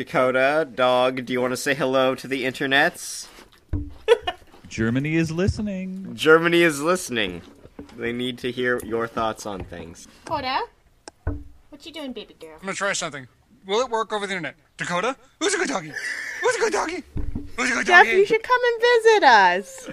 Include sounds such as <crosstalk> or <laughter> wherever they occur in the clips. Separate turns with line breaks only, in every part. Dakota, dog, do you want to say hello to the internets?
Germany is listening.
Germany is listening. They need to hear your thoughts on things.
Dakota? What you doing, baby girl?
I'm gonna try something. Will it work over the internet? Dakota? Who's a good doggy? Who's a good doggy? Who's a good
Jeff,
doggy?
you should come and visit us.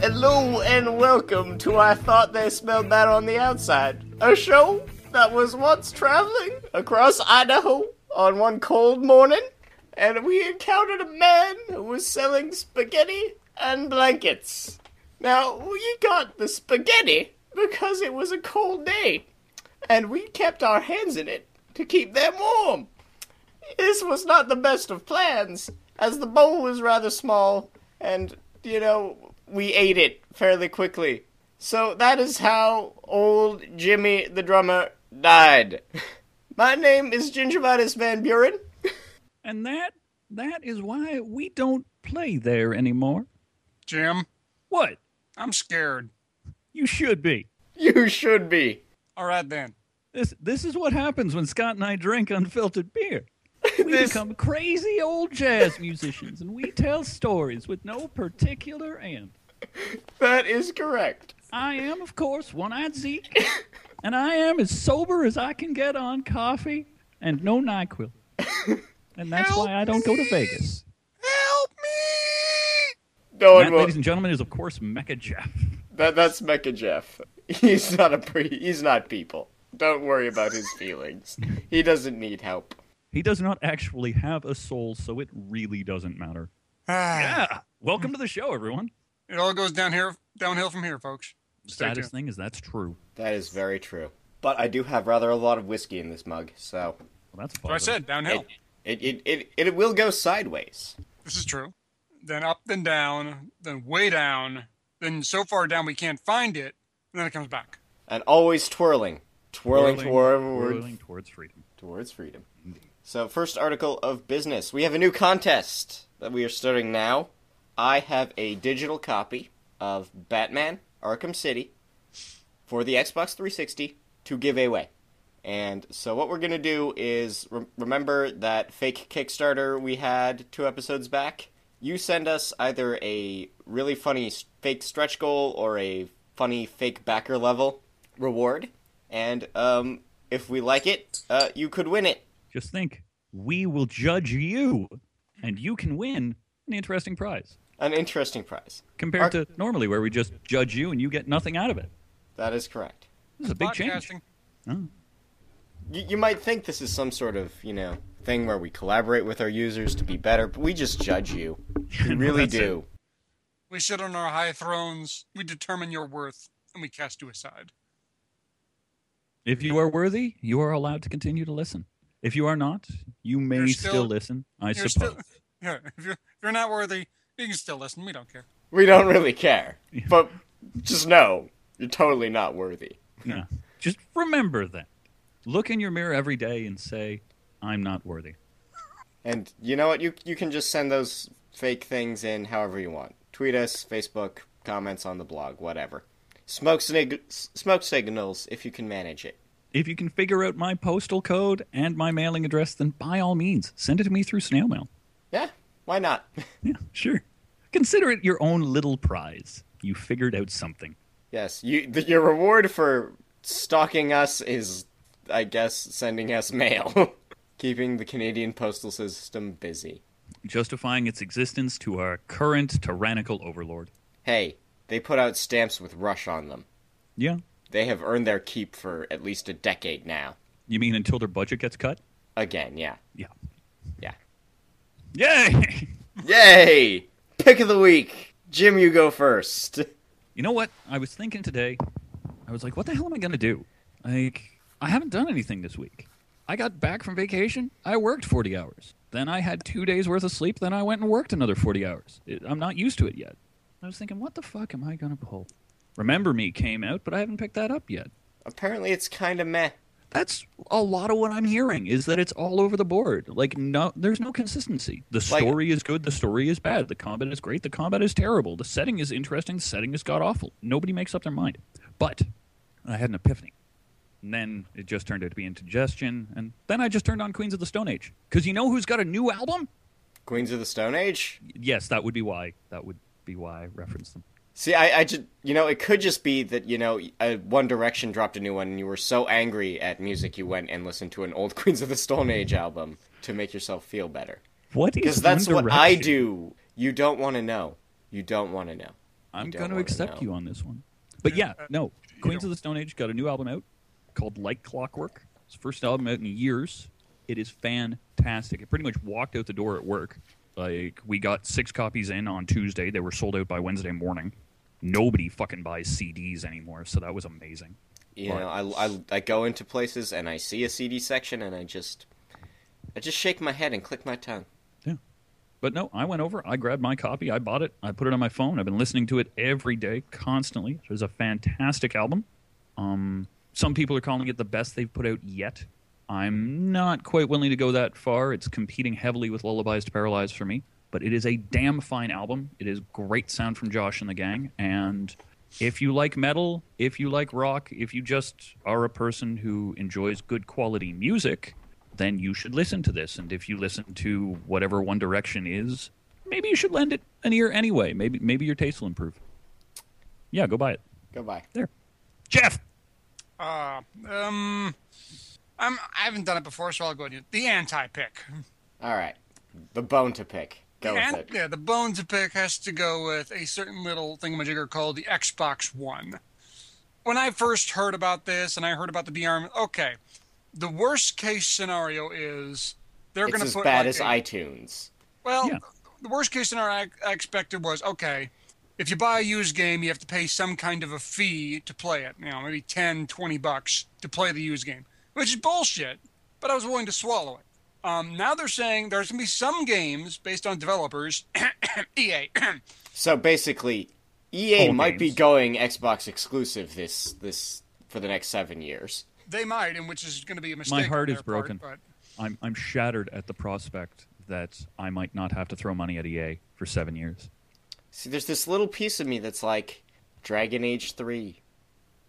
Hello and welcome to I Thought They Smelled That on the Outside, a show that was once traveling across Idaho on one cold morning, and we encountered a man who was selling spaghetti and blankets. Now, we got the spaghetti because it was a cold day, and we kept our hands in it to keep them warm. This was not the best of plans, as the bowl was rather small, and, you know, we ate it fairly quickly. So that is how old Jimmy the drummer died. <laughs> My name is Gingivitis Van Buren.
And that that is why we don't play there anymore.
Jim,
What?
I'm scared.
You should be.
You should be.
All right then.
This this is what happens when Scott and I drink unfiltered beer. We
This-
become crazy old jazz musicians and we tell stories with no particular end.
That is correct.
I am, of course, one eyed Zeke, and I am as sober as I can get on coffee and no NyQuil. And that's why I don't go to Vegas.
Help me!
No
That,
one will.
ladies and gentlemen, is of course Mecha Jeff.
That, that's Mecha Jeff. He's not a pre. He's not people. Don't worry about
<laughs>
his feelings. he doesn't need help.
He does not actually have a soul, so it really doesn't matter.
Ah,
Yeah. Welcome to the show, everyone.
It all goes down here, downhill from here, folks. Stay
Saddest
tuned.
thing is that's true.
That is very true. But I do have rather a lot of whiskey in this mug, so
Well, that's
That's what I
positive.
said, downhill.
it it it it, it will go sideways.
This is true. Then up, then down, then way down, then so far down we can't find it, and then it comes back.
and always twirling, twirling, toward,
twirling towards freedom.
towards freedom. So, first article of business. We have a new contest that we are starting now. I have a digital copy of Batman Arkham City for the Xbox 360 to give away. And so, what we're going to do is re- remember that fake Kickstarter we had two episodes back. You send us either a really funny s- fake stretch goal or a funny fake backer level reward. And um, if we like it, uh, you could win it.
Just think, we will judge you, and you can win an interesting prize.
An interesting prize.
compared to normally where we just judge you and you get nothing out of it.
That is correct.
This is a big change.
Podcasting.
Oh.
You, you might think this is some sort of, you know, thing where we collaborate with our users to be better, but we just judge you. We
<laughs> No,
really
that's it.
do.
We sit on our high thrones, we determine your worth, and we cast you aside.
If you are worthy, you are allowed to continue to listen. If you are not, you may
You're
still,
still-
listen, I
You're
suppose.
still, yeah, if <laughs> you're, if you're not worthy, you can still listen. We don't care.
We don't really care. But just know, you're totally not worthy.
Yeah. Just remember that. Look in your mirror every day and say, I'm not worthy.
And you know what? You, you can just send those fake things in however you want. Tweet us, Facebook, comments on the blog, whatever. Smoke, snig- s- smoke signals if you can manage it.
If you can figure out my postal code and my mailing address, then by all means, send it to me through snail mail.
Yeah, why not? <laughs>
Yeah, sure. Consider it your own little prize. You figured out something.
Yes, you the, your reward for stalking us is, I guess, sending us mail, <laughs> keeping the Canadian postal system busy.
Justifying its existence to our current tyrannical overlord.
Hey, they put out stamps with Rush on them.
Yeah.
They have earned their keep for at least a decade now.
You mean until their budget gets cut?
Again, yeah,
Yeah.
yeah.
Yay! <laughs>
Yay! Pick of the week, Jim. You go first.
You know what? I was thinking today. I was like, what the hell am I going to do? Like, I haven't done anything this week. I got back from vacation. I worked 40 hours. Then I had two days worth of sleep. Then I went and worked another 40 hours. It, I'm not used to it yet. I was thinking, what the fuck am I going to pull? Remember Me came out, but I haven't picked that up yet.
Apparently, it's kind of meh.
That's a lot of what I'm hearing is that it's all over the board. Like no there's no consistency. The
Like-
story is good, the story is bad, the combat is great, the combat is terrible, the setting is interesting, the setting is god awful. Nobody makes up their mind. But I had an epiphany. And then it just turned out to be indigestion, and then I just turned on Queens of the Stone Age. Because you know who's got a new album?
Queens of the Stone Age?
Yes, that would be why. That would be why I referenced them.
See, I, I just, you know, it could just be that, you know, uh, One Direction dropped a new one and you were so angry at music you went and listened to an old <laughs> Queens of the Stone Age album to make yourself feel better.
What is
Because that's what I
Direction?
do. You don't want to know. You don't want to know.
I'm
don't
going to
wanna
accept
know.
you on this one. But yeah, no. Queens
don't-
of the Stone Age got a new album out called Like Clockwork. It's the first album out in years. It is fantastic. It pretty much walked out the door at work. Like we got six copies in on Tuesday. They were sold out by Wednesday morning. Nobody fucking buys CDs anymore, so that was amazing.
You know, I, I, I go into places and I see a CD section and I just, I just shake my head and click my tongue.
But no, I went over, I grabbed my copy, I bought it, I put it on my phone. I've been listening to it every day, constantly. It was a fantastic album. Um, some people are calling it the best they've put out yet. I'm not quite willing to go that far. It's competing heavily with Lullabies to Paralyze for me, but it is a damn fine album. It is great sound from Josh and the gang. And if you like metal, if you like rock, if you just are a person who enjoys good quality music, then you should listen to this. And if you listen to whatever One Direction is, maybe you should lend it an ear anyway. Maybe maybe your taste will improve. Yeah, go buy it.
Goodbye.
There. Jeff!
Uh, um, I'm, I haven't done it before, so I'll go ahead and the anti pick.
All right. The bone to pick. Go with
And,
it.
yeah, the bone to pick has to go with a certain little thingamajigger called the Xbox One. When I first heard about this and I heard about the DRM, okay, the worst case scenario is they're going
It's
to
as
put
bad
like
as
a-
iTunes.
Well,
Yeah.
the worst case scenario I, I expected was okay, if you buy a used game, you have to pay some kind of a fee to play it. You know, maybe 10, 20 bucks to play the used game, which is bullshit, but I was willing to swallow it. Um, now they're saying there's going to be some games based on developers, <coughs> E EA,
So basically, EA
Whole
might be
games.
going Xbox exclusive this this for the next seven years.
<coughs> they might, and which is going to be a mistake.
My heart
on
is
their part,
broken.
but-
I'm I'm shattered at the prospect that I might not have to throw money at EA for seven years.
See, there's this little piece of me that's like Dragon Age three,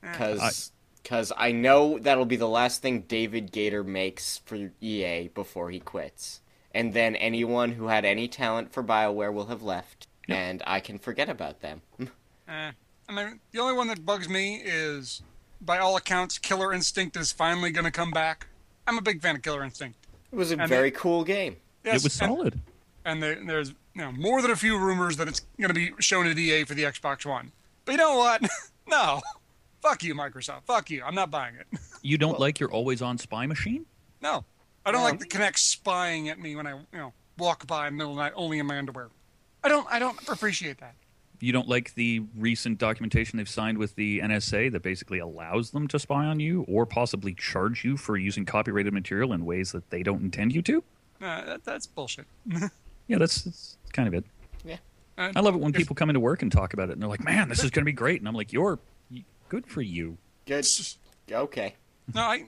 because because I know that'll be the last thing David Gator makes for EA before he quits, and then anyone who had any talent for Bioware will have left, and I can forget about them. <laughs>
Eh. I mean, the only one that bugs me is, by all accounts, Killer Instinct is finally going to come back. I'm a big fan of Killer Instinct.
It was a
And
very cool game.
Yes,
it was
and-
solid.
and there, there's you know, more than a few rumors that it's going to be shown at EA for the Xbox One. But you know what? <laughs> no, fuck you, Microsoft. Fuck you. I'm not buying it. <laughs>
You don't like your always on spy machine?
no, I don't like the Kinect spying at me when I you know walk by in the middle of the night only in my underwear. I don't. I don't appreciate that.
You don't like the recent documentation they've signed with the NSA that basically allows them to spy on you or possibly charge you for using copyrighted material in ways that they don't intend you to?
No, Uh, that, that's bullshit.
Yeah, that's, that's kind of it.
Yeah.
I love it when people come into work and talk about it and they're like, "Man, this is going to be great," and I'm like, "You're good for you."
Good. Okay.
No, I,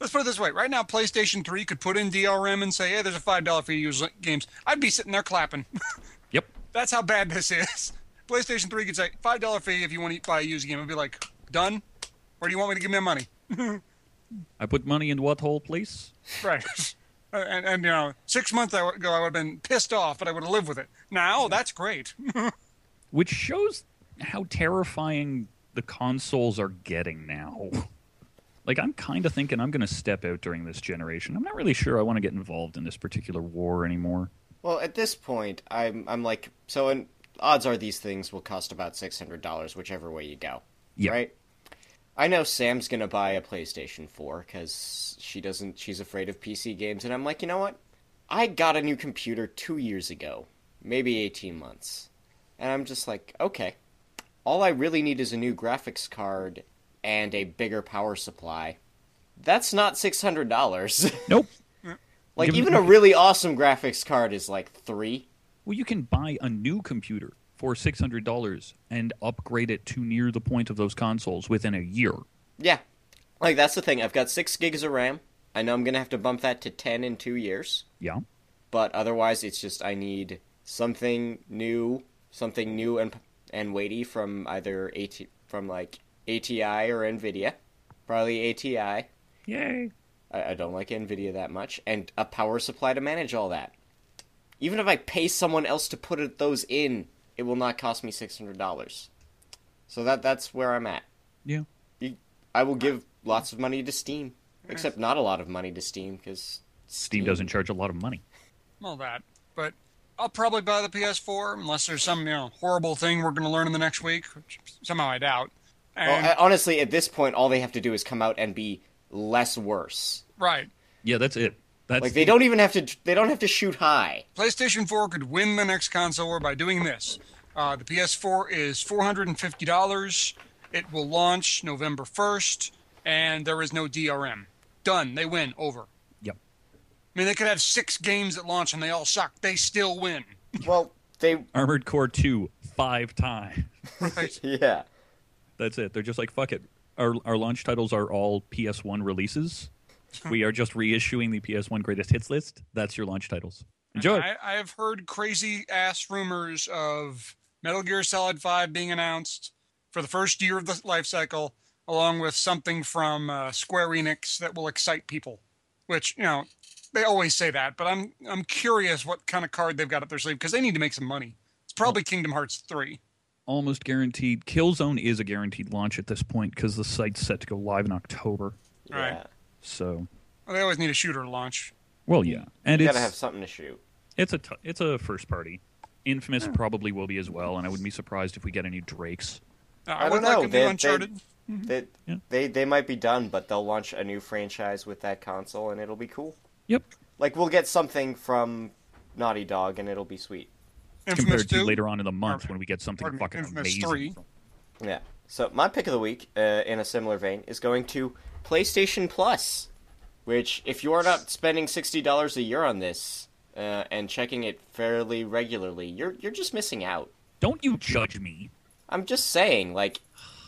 let's put it this way. Right now, PlayStation 3 could put in DRM and say, hey, there's a $5 fee to use games. I'd be sitting there clapping.
Yep.
That's how bad this is. <laughs> PlayStation 3 could say, $5 fee if you want to buy a used game. I'd be like, done? Or do you want me to give me money?
I put money in what hole, please?
Right. <laughs> Uh, and, and, you know, six months ago, I would have been pissed off, but I would have lived with it. Now, that's great. <laughs>
Which shows how terrifying the consoles are getting now. <laughs> Like I'm kind of thinking I'm going to step out during this generation. I'm not really sure I want to get involved in this particular war anymore.
Well, at this point, I'm I'm like so. And odds are these things will cost about six hundred dollars, whichever way you go.
Yeah.
Right. I know Sam's gonna buy a PlayStation Four because she doesn't. She's afraid of PC games, and I'm like, you know what? I got a new computer two years ago, maybe eighteen months, and I'm just like, okay, All I really need is a new graphics card and a bigger power supply. That's not six hundred dollars. <laughs>
Nope.
like
Give me-
even a really awesome graphics card is like three.
Well, you can buy a new computer for six hundred dollars and upgrade it to near the point of those consoles within a year.
Yeah. Like that's the thing. I've got six gigs of RAM. I know I'm gonna have to bump that to ten in two years.
Yeah.
But otherwise, it's just I need something new, something new and and weighty from either AT from like ATI or Nvidia, probably ATI. I,
Yay.
I don't like Nvidia that much, and a power supply to manage all that. Even if I pay someone else to put it- those in, it will not cost me six hundred dollars. So that that's where I'm at.
Yeah.
You- I will give lots of money to Steam, except not a lot of money to Steam because
Steam doesn't charge a lot of money.
all that. But I'll probably buy the PS4 unless there's some you know horrible thing we're going to learn in the next week, which somehow I doubt.
Well,
And,
I- Oh, honestly, at this point, all they have to do is come out and be less worse.
right,
Yeah, that's it. That's
Like they don't even have to. They don't have to shoot high.
PlayStation 4 could win the next console war by doing this. Uh, the PS4 is $450. It will launch November 1st, and there is no DRM. Done. They win. Over. I
Yep.
mean, they could have six games that launch and they all suck. They still win.
Well, they.
Armored Core Two five times.
Right?
Yeah.
That's it. They're just like fuck it. Our our launch titles are all PS1 releases. we are just reissuing the PS1 greatest hits list. That's your launch titles. Enjoy.
I, I have heard crazy ass rumors of Metal Gear Solid 5 being announced for the first year of the life cycle, along with something from uh, Square Enix that will excite people. Which you know, they always say that, but I'm I'm curious what kind of card they've got up their sleeve because they need to make some money. It's probably Kingdom Hearts 3.
Almost guaranteed. Killzone is a guaranteed launch at this point because the site's set to go live in October.
Right.
Yeah.
So,
They always need a shooter to launch.
well, yeah, and
You
it's
gotta have something to shoot.
It's a t- it's a first party.
Oh.
Infamous probably will be as well, and I wouldn't be surprised if we get any Drakes.
Uh,
I
would
don't
like
know.
a new
They,
Uncharted.
They, they,
Mm-hmm. Yeah.
they they might be done, but they'll launch a new franchise with that console, and it'll be cool.
Yep.
Like we'll get something from Naughty Dog, and it'll be sweet.
Infamous
Compared
2.
to later on in the month
Or-
when we get something
pardon me,
fucking
Infamous
amazing.
three.
from-
Yeah. So my pick of the week, uh, in a similar vein, is going to PlayStation Plus, which if you are not spending sixty dollars a year on this uh, and checking it fairly regularly, you're you're just missing out.
Don't you judge me.
I'm just saying, like,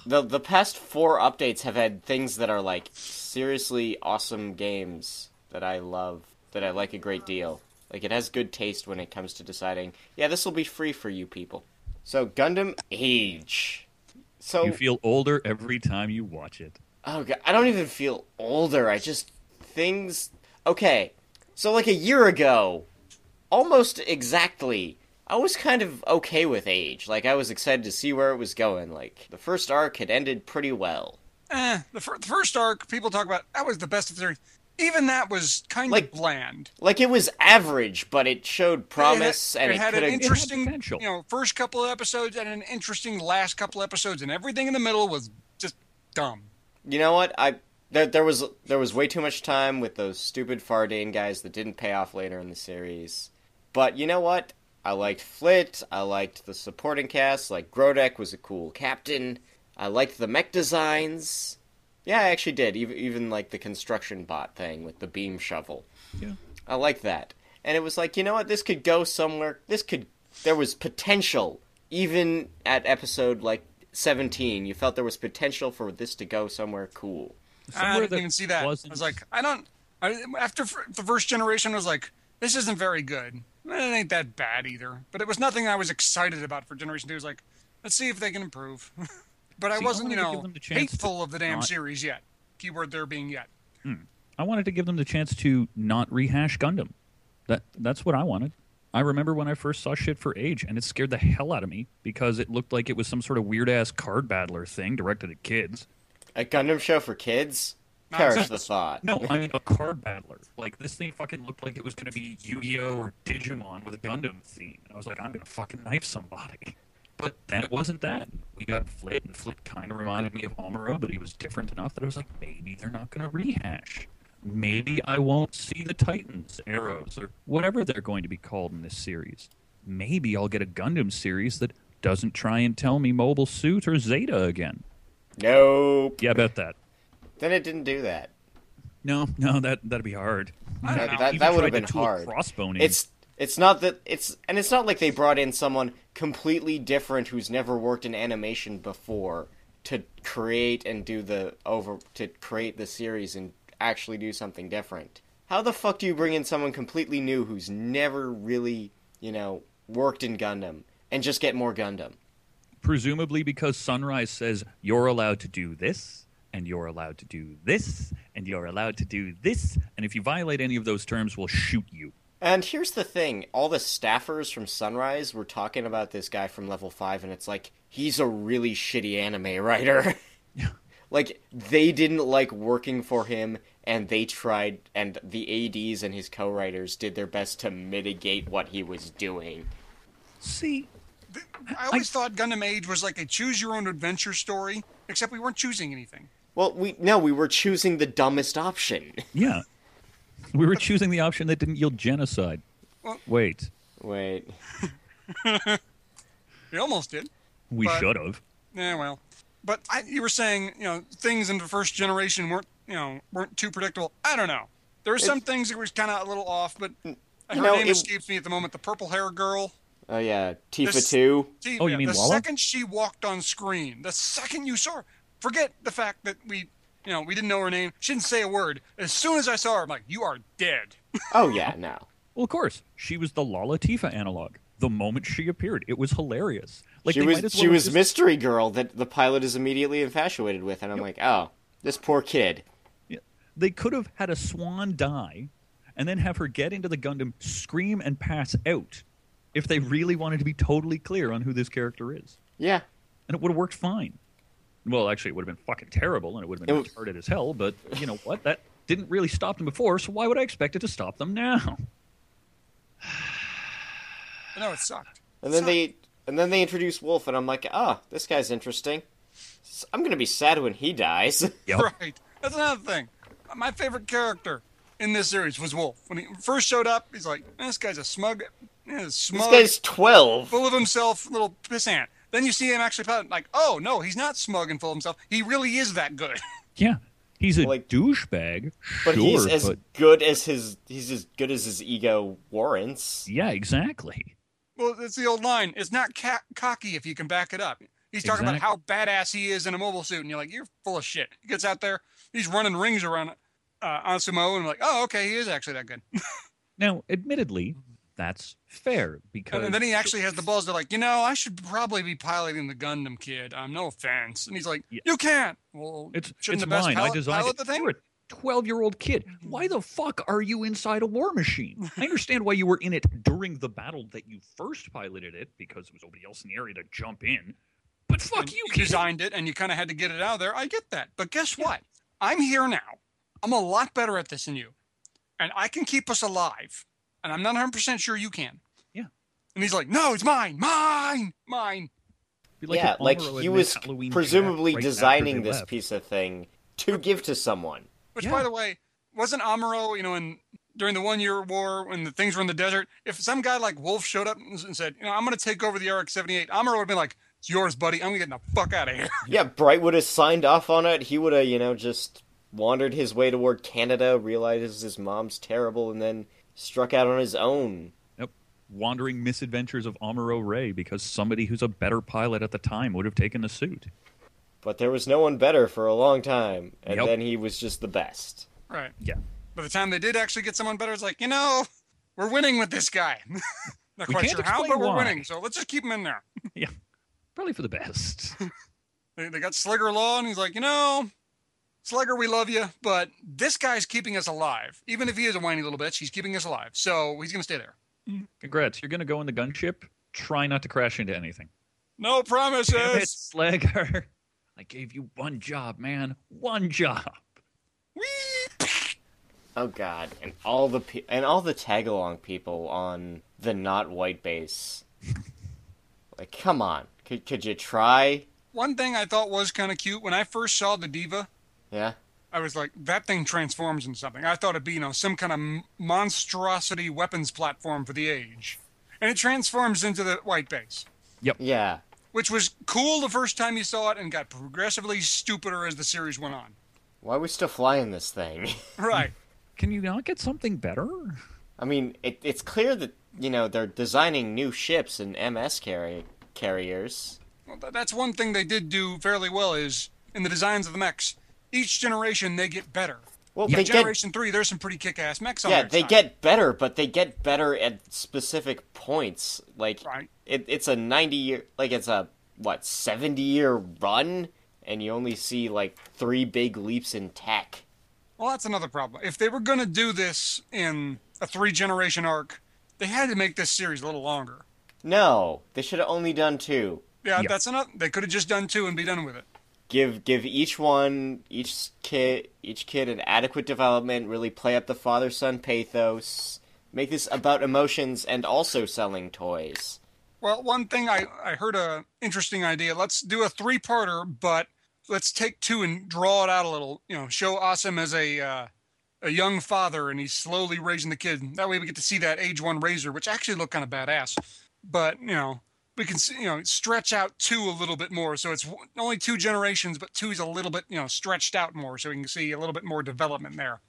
the the past four updates have had things that are like seriously awesome games that I love, that I like a great deal. Like it has good taste when it comes to deciding. Yeah, this will be free for you people. So Gundam Age. So
Oh.
You feel older every time you watch it.
Oh god, I don't even feel older. I just things okay. So like a year ago, almost exactly, I was kind of okay with age. Like I was excited to see where it was going. Like the first arc had ended pretty well.
Eh, the, fir- the first arc people talk about that was the best of the series. Even that was kind
Like-
of bland.
Like it was average, but it showed promise
it had,
and it,
had
could
an
have
interesting
potential.
you know first couple of episodes and an interesting last couple episodes and everything in the middle was just dumb
You know what? I there there was there was way too much time with those stupid Fardane guys that didn't pay off later in the series. But you know what? I liked Flit. I liked the supporting cast. Like Grodek was a cool captain. I liked the mech designs. Yeah, I actually did. Even even like the construction bot thing with the beam shovel.
Yeah.
I like that. And it was like, you know what? This could go somewhere. This could. There was potential, even at episode like 17. You felt there was potential for this to go somewhere cool.
i
Somewhere
didn't
that
even see that i
wasn't-
was like i don't I, after fir- the first generation I was like this isn't very good it ain't that bad either but it was nothing i was excited about for generation 2 it was like let's see if they can improve <laughs> but i
See, I
wasn't you
wanted to give
know
them the chance to
hateful of the damn
not-
series yet keyword there being yet
I wanted to give them the chance to not rehash Gundam. That that's what I wanted. I remember when I first saw shit for Age, and it scared the hell out of me because it looked like it was some sort of weird ass card battler thing directed at kids.
A Gundam show for kids? Perish the thought.
No, I mean a card battler. Like this thing fucking looked like it was gonna be Yu-Gi-Oh or Digimon with a Gundam theme. And I was like, I'm gonna fucking knife somebody. But then it wasn't that. We got Flit, and Flit kind of reminded me of Amuro, but he was different enough that I was like, maybe they're not gonna rehash. Maybe I won't see the Titans, Arrows, or whatever they're going to be called in this series. Maybe I'll get a Gundam series that doesn't try and tell me Mobile Suit or Zeta again.
Nope.
Yeah, I bet that.
Then it didn't do that.
No, no, that that'd be hard. I
That-
don't know.
that-
Even
that would've
tried to
been
do a
hard.
Crossbone. in.
It's it's not that it's and it's not like they brought in someone completely different who's never worked in animation before to create and do the over to create the series and actually do something different. How the fuck do you bring in someone completely new who's never really, you know, worked in Gundam and just get more Gundam?
presumably because Sunrise says you're allowed to do this and you're allowed to do this and you're allowed to do this and if you violate any of those terms we'll shoot you.
And here's the thing all the staffers from Sunrise were talking about this guy from level 5, and it's like, he's a really shitty anime <laughs>
<laughs>
writer. like, they didn't like working for him, and they tried, and the ADs and his co writers did their best to mitigate what he was doing.
See,
I always thought Gundam Age was like a choose your own adventure story, except we weren't choosing anything.
Well, we no, we were choosing the dumbest option. <laughs>
yeah. We were choosing the option that didn't yield genocide. Wait,
Wait.
We almost did.
we
But-
should have.
Yeah, well, but I, you were saying you know things in the first generation weren't you know weren't too predictable. I don't know. There were some things that were kind of a little off, but her
No,
name
it-
escapes me at the moment. The purple hair girl.
Oh, yeah. Tifa
This-
2.
See,
Oh, you mean
the
Lala?
second she walked on screen, the second you saw her, forget the fact that we you know we didn't know her name. She didn't say a word. As soon as I saw her, I'm like, you are dead. <laughs>
Oh, yeah, no.
Well, of course, she was the Lala Tifa analog. The moment she appeared, it was hilarious. Like
she
they
was
might as well
she
have
was
just-
mystery girl that the pilot is immediately infatuated with, and I'm like, oh, this poor kid.
They could have had a swan die and then have her get into the Gundam, scream, and pass out if they really wanted to be totally clear on who this character is.
Yeah,
And it would have worked fine. Well, actually, it would have been fucking terrible and it would have been
It was-
retarded as hell, but you know what? That didn't really stop them before, so why would I expect it to stop
<laughs>
them now?
No, it sucked.
and then they and then they introduce Wolf, and I'm like, oh, this guy's interesting. S- I'm gonna be sad when he dies. <laughs>
Yep.
<laughs> Right. That's another thing. My favorite character in this series was Wolf. When he first showed up, he's like, "Man, this guy's a smug, yeah,
this
smug,
guy's twelve.
full of himself, little pissant. Then you see him actually pilot, like, oh no, he's not smug and full of himself. He really is that good. <laughs>
Yeah. He's a
Like-
douchebag,
But
sure,
he's as
but
good as his he's as good as his ego warrants.
yeah, exactly.
well, it's the old line. It's not ca- cocky if you can back it up. He's talking about how badass he is in a mobile suit, and you're like, you're full of shit. He gets out there, he's running rings around uh, Ansumo, and I'm like, oh, okay, he is actually that good.
Now, admittedly, that's fair because
And, then he actually has the balls to like, you know, I should probably be piloting the Gundam kid. Um, no offense. And he's like,
Yeah.
you can't. Well,
It's it's
shouldn't the best
mine.
pilot
I designed
pilot
it.
the thing?
You're a twelve-year-old kid. Why the fuck are you inside a war machine? I understand why you were in it during the battle that you first piloted it because there was nobody else in the area to jump in. But fuck
And
you, kid.
designed it, and you kind of had to get it out of there. I get that, but guess what? I'm here now. I'm a lot better at this than you, and I can keep us alive. And I'm not 100 percent sure you can.
Yeah.
And he's like, no, it's mine, mine, mine.
Be
yeah,
if
like
Amuro
he
had
was
met Halloween Jack
presumably
right after
designing
they
this
left.
piece of thing to give to someone.
Which,
Yeah.
by the way, wasn't Amuro, you know, in during the One Year War when the things were in the desert? If some guy like Wolf showed up and s- and said, you know, I'm going to take over the RX 78, Amuro would be like, it's yours, buddy. I'm getting the fuck out of here. <laughs>
Yeah, Bright would have signed off on it. He would have, you know, just wandered his way toward Canada, realizes his mom's terrible, and then struck out on his own.
Yep. Wandering misadventures of Amuro Ray because somebody who's a better pilot at the time would have taken the suit.
But there was no one better for a long time, and
Yep.
then he was just the best.
right.
Yeah.
By the time they did actually get someone better, it's like, you know, we're winning with this guy. <laughs> not
We
quite
can't
sure how,
explain
but we're
why.
winning. So let's just keep him in there.
Yeah. Probably for the best.
They, they got Slugger Law, and he's like, you know, Slugger, we love you, but this guy's keeping us alive. Even if he is a whiny little bitch, he's keeping us alive. So he's going to stay there.
Congrats. You're going to go in the gunship. Try not to crash into anything.
No promises.
Damn it, Slagger. <laughs> I gave you one job, man. One job.
Oh God! And all the pe- and all the tagalong people on the not white base. like, come on! Could could you try?
One thing I thought was kind of cute when I first saw the diva,
Yeah.
I was like, that thing transforms into something. I thought it'd be, you know, some kind of monstrosity weapons platform for the age, and it transforms into the white base.
Yeah.
which was cool the first time you saw it and got progressively stupider as the series went on.
Why are we still flying this thing? <laughs>
Right.
Can you not get something better?
I mean, it, it's clear that you know they're designing new ships and MS carry, carriers.
Well, th- that's one thing they did do fairly well is in the designs of the mechs. Each generation they get better.
Well,
In
they get
generation three, there's some pretty kick-ass mechs on
yeah,
there.
they
It's
get better, but they get better at specific points. Like
Right.
it, it's a ninety year, like it's a what seventy year run, and you only see like three big leaps in tech.
Well, that's another problem. If they were going to do this in a three generation arc, they had to make this series a little longer.
No, they should have only done two.
Yeah,
Yeah.
that's enough. They could have just done two and be done with it.
give give each one each kid each kid an adequate development really play up the father son pathos make this about emotions and also selling toys
Well, one thing I, I heard a interesting idea. Let's do a three parter, but let's take two and draw it out a little. You know, show Awesome as a uh, a young father and he's slowly raising the kid. That way we get to see that age one razor, which actually looked kind of badass. But you know, we can see, you know stretch out two a little bit more. So it's w- only two generations, but two's a little bit you know stretched out more, so we can see a little bit more development there,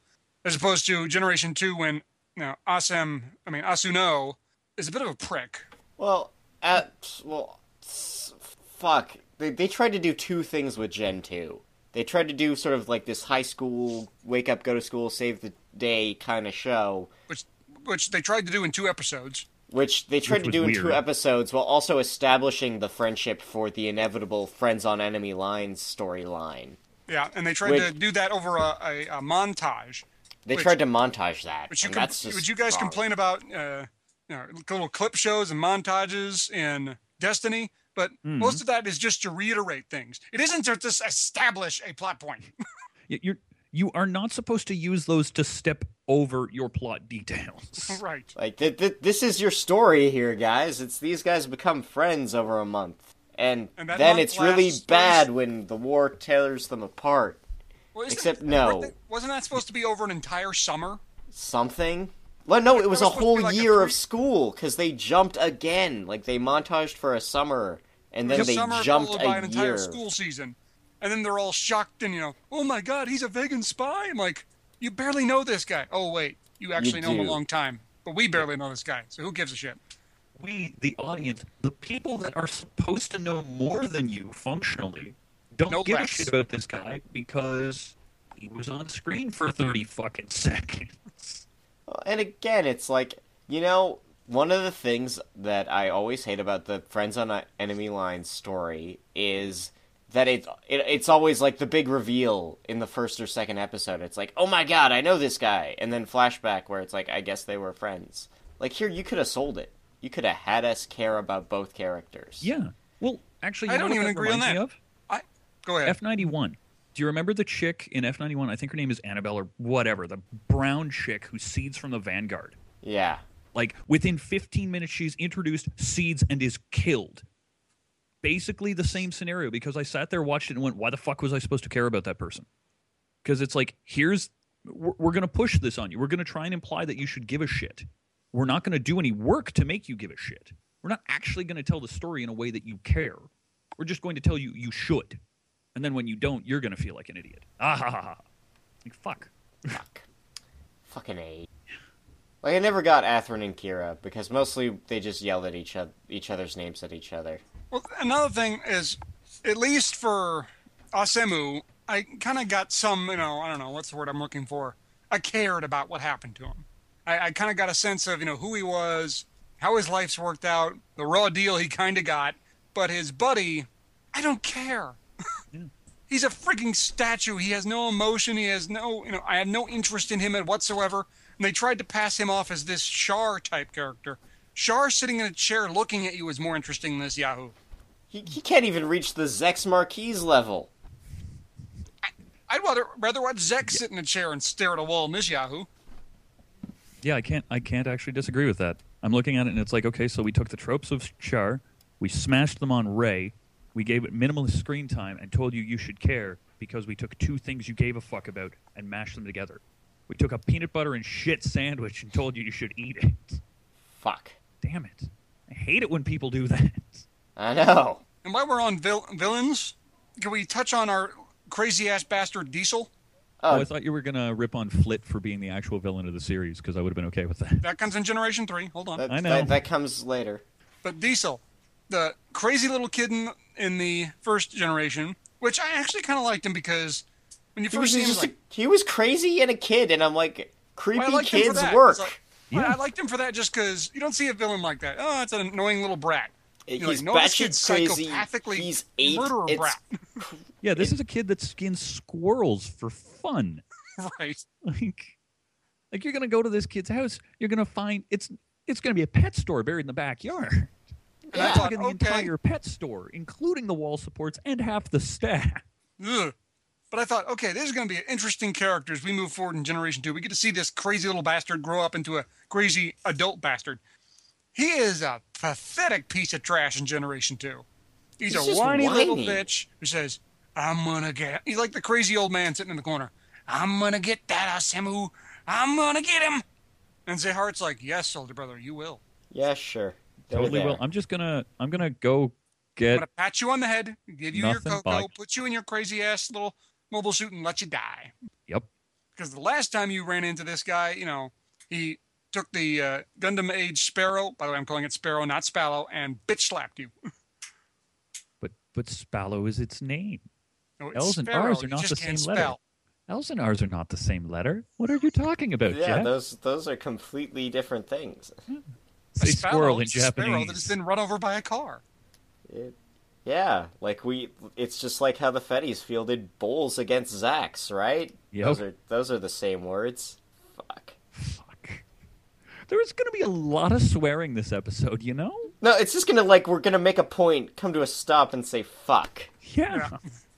as opposed to generation two when you know Awesome, I mean Asuno is a bit of a prick.
well at well s- fuck they, they tried to do two things with gen 2 they tried to do sort of like this high school wake up go to school save the day kind of show
which which they tried to do in two episodes.
which they tried
Which
to do
was
in two
weird.
episodes while also establishing the friendship for the inevitable friends on enemy lines storyline
Yeah, and they tried
Which-
to do that over a, a, a montage.
They
Which-
tried to montage that.
Which you
and
com-
that's just
would you guys
wrong.
complain about uh, you know, little clip shows and montages in Destiny? But most of that is just to reiterate things. It isn't to just establish a plot point. <laughs>
Y- You're you are not supposed to use those to step over your plot
<laughs>
details.
right.
Like th- th- this is your story here, guys. It's these guys become friends over a month, and,
And that
then
month
it's really
lasts-
bad when the war tears them apart.
Well, isn't-
Except no.
weren't they- wasn't that supposed to be over an entire summer?
Something. Well, no, it was a
supposed to be
whole
like a
year of
three-
school because they jumped again. Like they montaged for a summer, and then
The
they
summer
jumped
followed
a
by an entire
year.
school season. And then they're all shocked and, you know, oh my God, he's a vegan spy. I'm like, you barely know this guy. Oh, wait, you actually know him
do.
a long time. But we barely know this guy. So who gives a shit?
we, the audience, the people that are supposed to know more than you functionally, don't
No
give
less.
a shit about this guy because he was on screen for thirty fucking seconds.
And again, it's like, you know, one of the things that I always hate about the Friends on Enemy Line story is that it, it it's always like the big reveal in the first or second episode. It's like, "Oh my god, I know this guy." And then flashback where it's like, "I guess they were friends." Like here you could have sold it. You could have had us care about both characters.
Yeah. Well, actually, you
I
know
don't
what
even
that
agree on
reminds me
that.
of?
I Go ahead.
F ninety one. Do you remember the chick in F ninety one? I think her name is Annabelle or whatever. The brown chick who seeds from the Vanguard.
Yeah.
Like within fifteen minutes, she's introduced, seeds, and is killed. Basically the same scenario because I sat there, watched it, and went, "Why the fuck was I supposed to care about that person?" Because it's like, here's we're, we're going to push this on you. We're going to try and imply that you should give a shit. We're not going to do any work to make you give a shit. We're not actually going to tell the story in a way that you care. We're just going to tell you you should. And then when you don't, you're going to feel like an idiot. Ah ha ha ha. Like, fuck.
Fuck. Fucking A. Like I never got Athrun and Kira because mostly they just yelled at each other, each other's names at each other.
Well, another thing is, at least for Asemu, I kind of got some, you know, I don't know, what's the word I'm looking for? I cared about what happened to him. I, I kind of got a sense of, you know, who he was, how his life's worked out, the raw deal he kind of got, but his buddy, I don't care. <laughs> He's a freaking statue. He has no emotion. He has no, you know, I have no interest in him whatsoever. And they tried to pass him off as this Shar type character. Shar sitting in a chair looking at you is more interesting than this Yahoo.
He, he can't even reach the Zex Marquis level.
I'd rather rather watch Zek sit in a chair and stare at a wall in this Yahoo.
Yeah, I can't. I can't actually disagree with that. I'm looking at it, and it's like, okay, so we took the tropes of Char, we smashed them on Ray, we gave it minimalist screen time, and told you you should care because we took two things you gave a fuck about and mashed them together. We took a peanut butter and shit sandwich and told you you should eat it.
Fuck.
Damn it! I hate it when people do that.
I know.
And And while we're on vil- villains, can we touch on our crazy ass bastard Diesel?
Oh, I thought you were gonna rip on Flit for being the actual villain of the series because I would have been okay with that.
That comes in Generation 3. Hold on.
That,
I know.
That, that comes later.
But Diesel, the crazy little kid in, in the first generation, which I actually kind of liked him because when you
He
first
was,
see him,
just
it's like,
a, he was crazy and a kid, and I'm like, creepy
well, I liked him for
kids
that.
work.
It's like, well,
Yeah.
I liked him for that just because you don't see a villain like that. Oh, it's an annoying little brat. <laughs>
He's
You're like, no, this kid's
batshit crazy.
psychopathically
He's eight.
murderer
It's,
brat.
Yeah, this is a kid that skins squirrels for fun.
right.
Like, like you're gonna go to this kid's house, you're gonna find it's it's gonna be a pet store buried in the backyard.
And I
Yeah.
thought,
Fucking the
okay.
entire pet store, including the wall supports and half the staff.
Ugh. But I thought, okay, this is going to be an interesting character as we move forward in Generation 2. We get to see this crazy little bastard grow up into a crazy adult bastard. He is a pathetic piece of trash in Generation 2. He's,
He's
a
just
whiny, little
whiny.
bitch who says, I'm going to get... He's like the crazy old man sitting in the corner. I'm going to get that Asemu. I'm going to get him. And Zehart's like, yes, older brother, you will.
<laughs> yeah, sure. They're
Totally
there.
will. I'm just gonna I'm gonna go
I'm
get
going to pat you on the head, give you
Nothing
your cocoa,
but-
put you in your crazy ass little mobile suit and let you die.
Yep.
because the last time you ran into this guy, you know, he took the uh, Gundam Age Sparrow. By the way, I'm calling it Sparrow, not Spallow, and bitch slapped you. <laughs>
But but Spallow is its name.
No, it's
L's and
Sparrow,
R's are
you
not
just
the same
can't
letter.
spell.
L's and R's are not the same letter. What are you talking about,
Yeah,
Jeff?
those those are completely different things. <laughs>
Say
A Spallow
squirrel in
is a Sparrow that
Japanese.
has been run over by
<laughs>
a car.
It, yeah, like we, it's just like how the Fetties fielded bulls against Zax, right?
Yep.
Those are those are the same words. Fuck.
Fuck. There is going to be a lot of swearing this episode, you know?
No, it's just gonna like we're gonna make a point, come to a stop, and say fuck.
Yeah.
Yeah.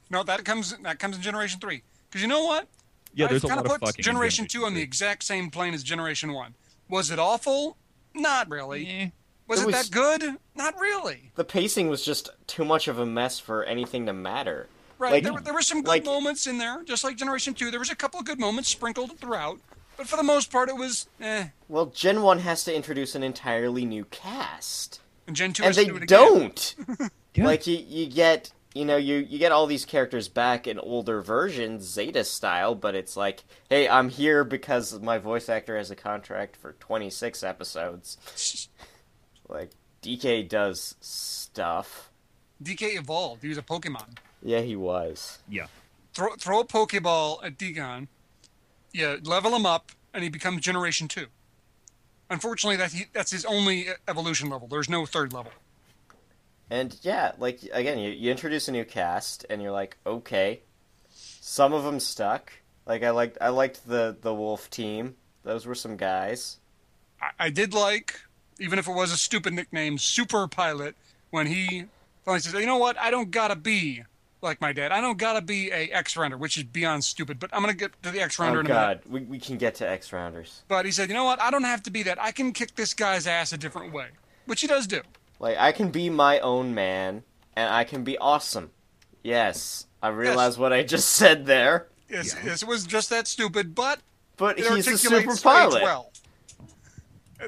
No, that comes that comes in Generation Three. Because you know what?
Yeah,
I've
there's a
kinda
lot of
put
fucking. in
Generation Two on the
three.
exact same plane as Generation One. Was it awful? Not really.
Eh.
Was
It
it,
was-
that good? Not really.
The pacing was just too much of a mess for anything to matter.
Right.
Like,
there, were, there were some good
like-
moments in there, just like Generation 2. There was a couple of good moments sprinkled throughout. But for the most part, it was eh.
Well, Gen One has to introduce an entirely new cast,
And Gen 2
and
has
they
to do it again. <laughs>
don't.
Yeah.
Like you, you get you know you you get all these characters back in older versions, Zeta style, but it's like, hey, I'm here because my voice actor has a contract for 26 episodes.
<laughs>
Like DK does stuff.
DK evolved. He was a Pokemon.
Yeah, he was.
Yeah.
Throw, throw a Pokeball at Degon. Yeah, level him up, and he becomes Generation 2. Unfortunately, that he, that's his only eh, evolution level. There's no third level.
And yeah, like again, you, you introduce a new cast, and you're like, okay, some of them stuck. Like I liked, I liked the the Wolf team. Those were some guys.
I, I did like, even if it was a stupid nickname, Super Pilot, when he finally says, "You know what? I don't gotta be like my dad. I don't gotta be a X rounder, which is beyond stupid. But I'm gonna get to the X
Oh
rounder in a minute."
God, we we can get to X rounders.
But he said, "You know what? I don't have to be that. I can kick this guy's ass a different way," which he does do.
Like I can be my own man, and I can be awesome. Yes, I realize what I just said there.
Yes, yes, it was just that stupid, but
But
it
he's a super
articulates
pilot.
age well.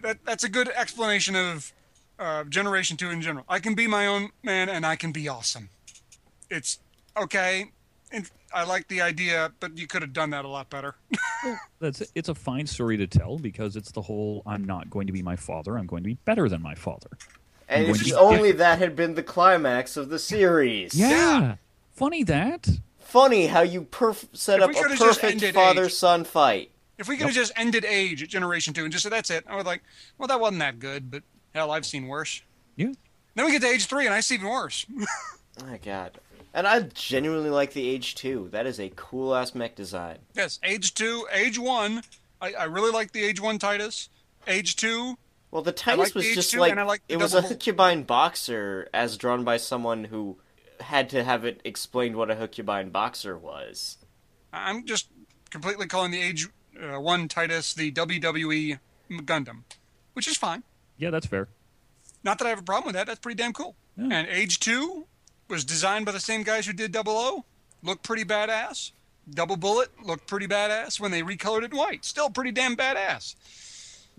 That, that's a good explanation of uh, Generation 2 in general. I can be my own man and I can be awesome. It's okay. And I like the idea, but you could have done that a lot better. <laughs>
That's it. It's a fine story to tell because it's the whole I'm not going to be my father, I'm going to be better than my father.
and
when
if
you-
only that had been the climax of the series.
Yeah. Funny that.
Funny how you perf- set
If
up
we
a
could've just
perfect
ended
father-son fight.
If we could have just ended age at Generation 2 and just said, that's it, I would like, well, that wasn't that good, but hell, I've seen worse.
Yeah.
Then we get to age 3 and I see even worse. <laughs>
My God. And I genuinely like the Age 2. That is a cool ass mech design.
yes, age 2, age 1. I, I really like the age 1 Titus. Age 2,
Well, the
like
Titus
the
was
Age
just
2,
like,
and I like the
it was a
double-
hookubine boxer as drawn by someone who had to have it explained what a hookubine boxer was. <laughs>
I'm just completely calling the Age uh, One Titus the WWE Gundam, which is fine.
Yeah, that's fair.
Not that I have a problem with that. That's pretty damn cool.
Yeah.
And Age Two was designed by the same guys who did Double O. Looked pretty badass. Double Bullet looked pretty badass when they recolored it in white. Still pretty damn badass.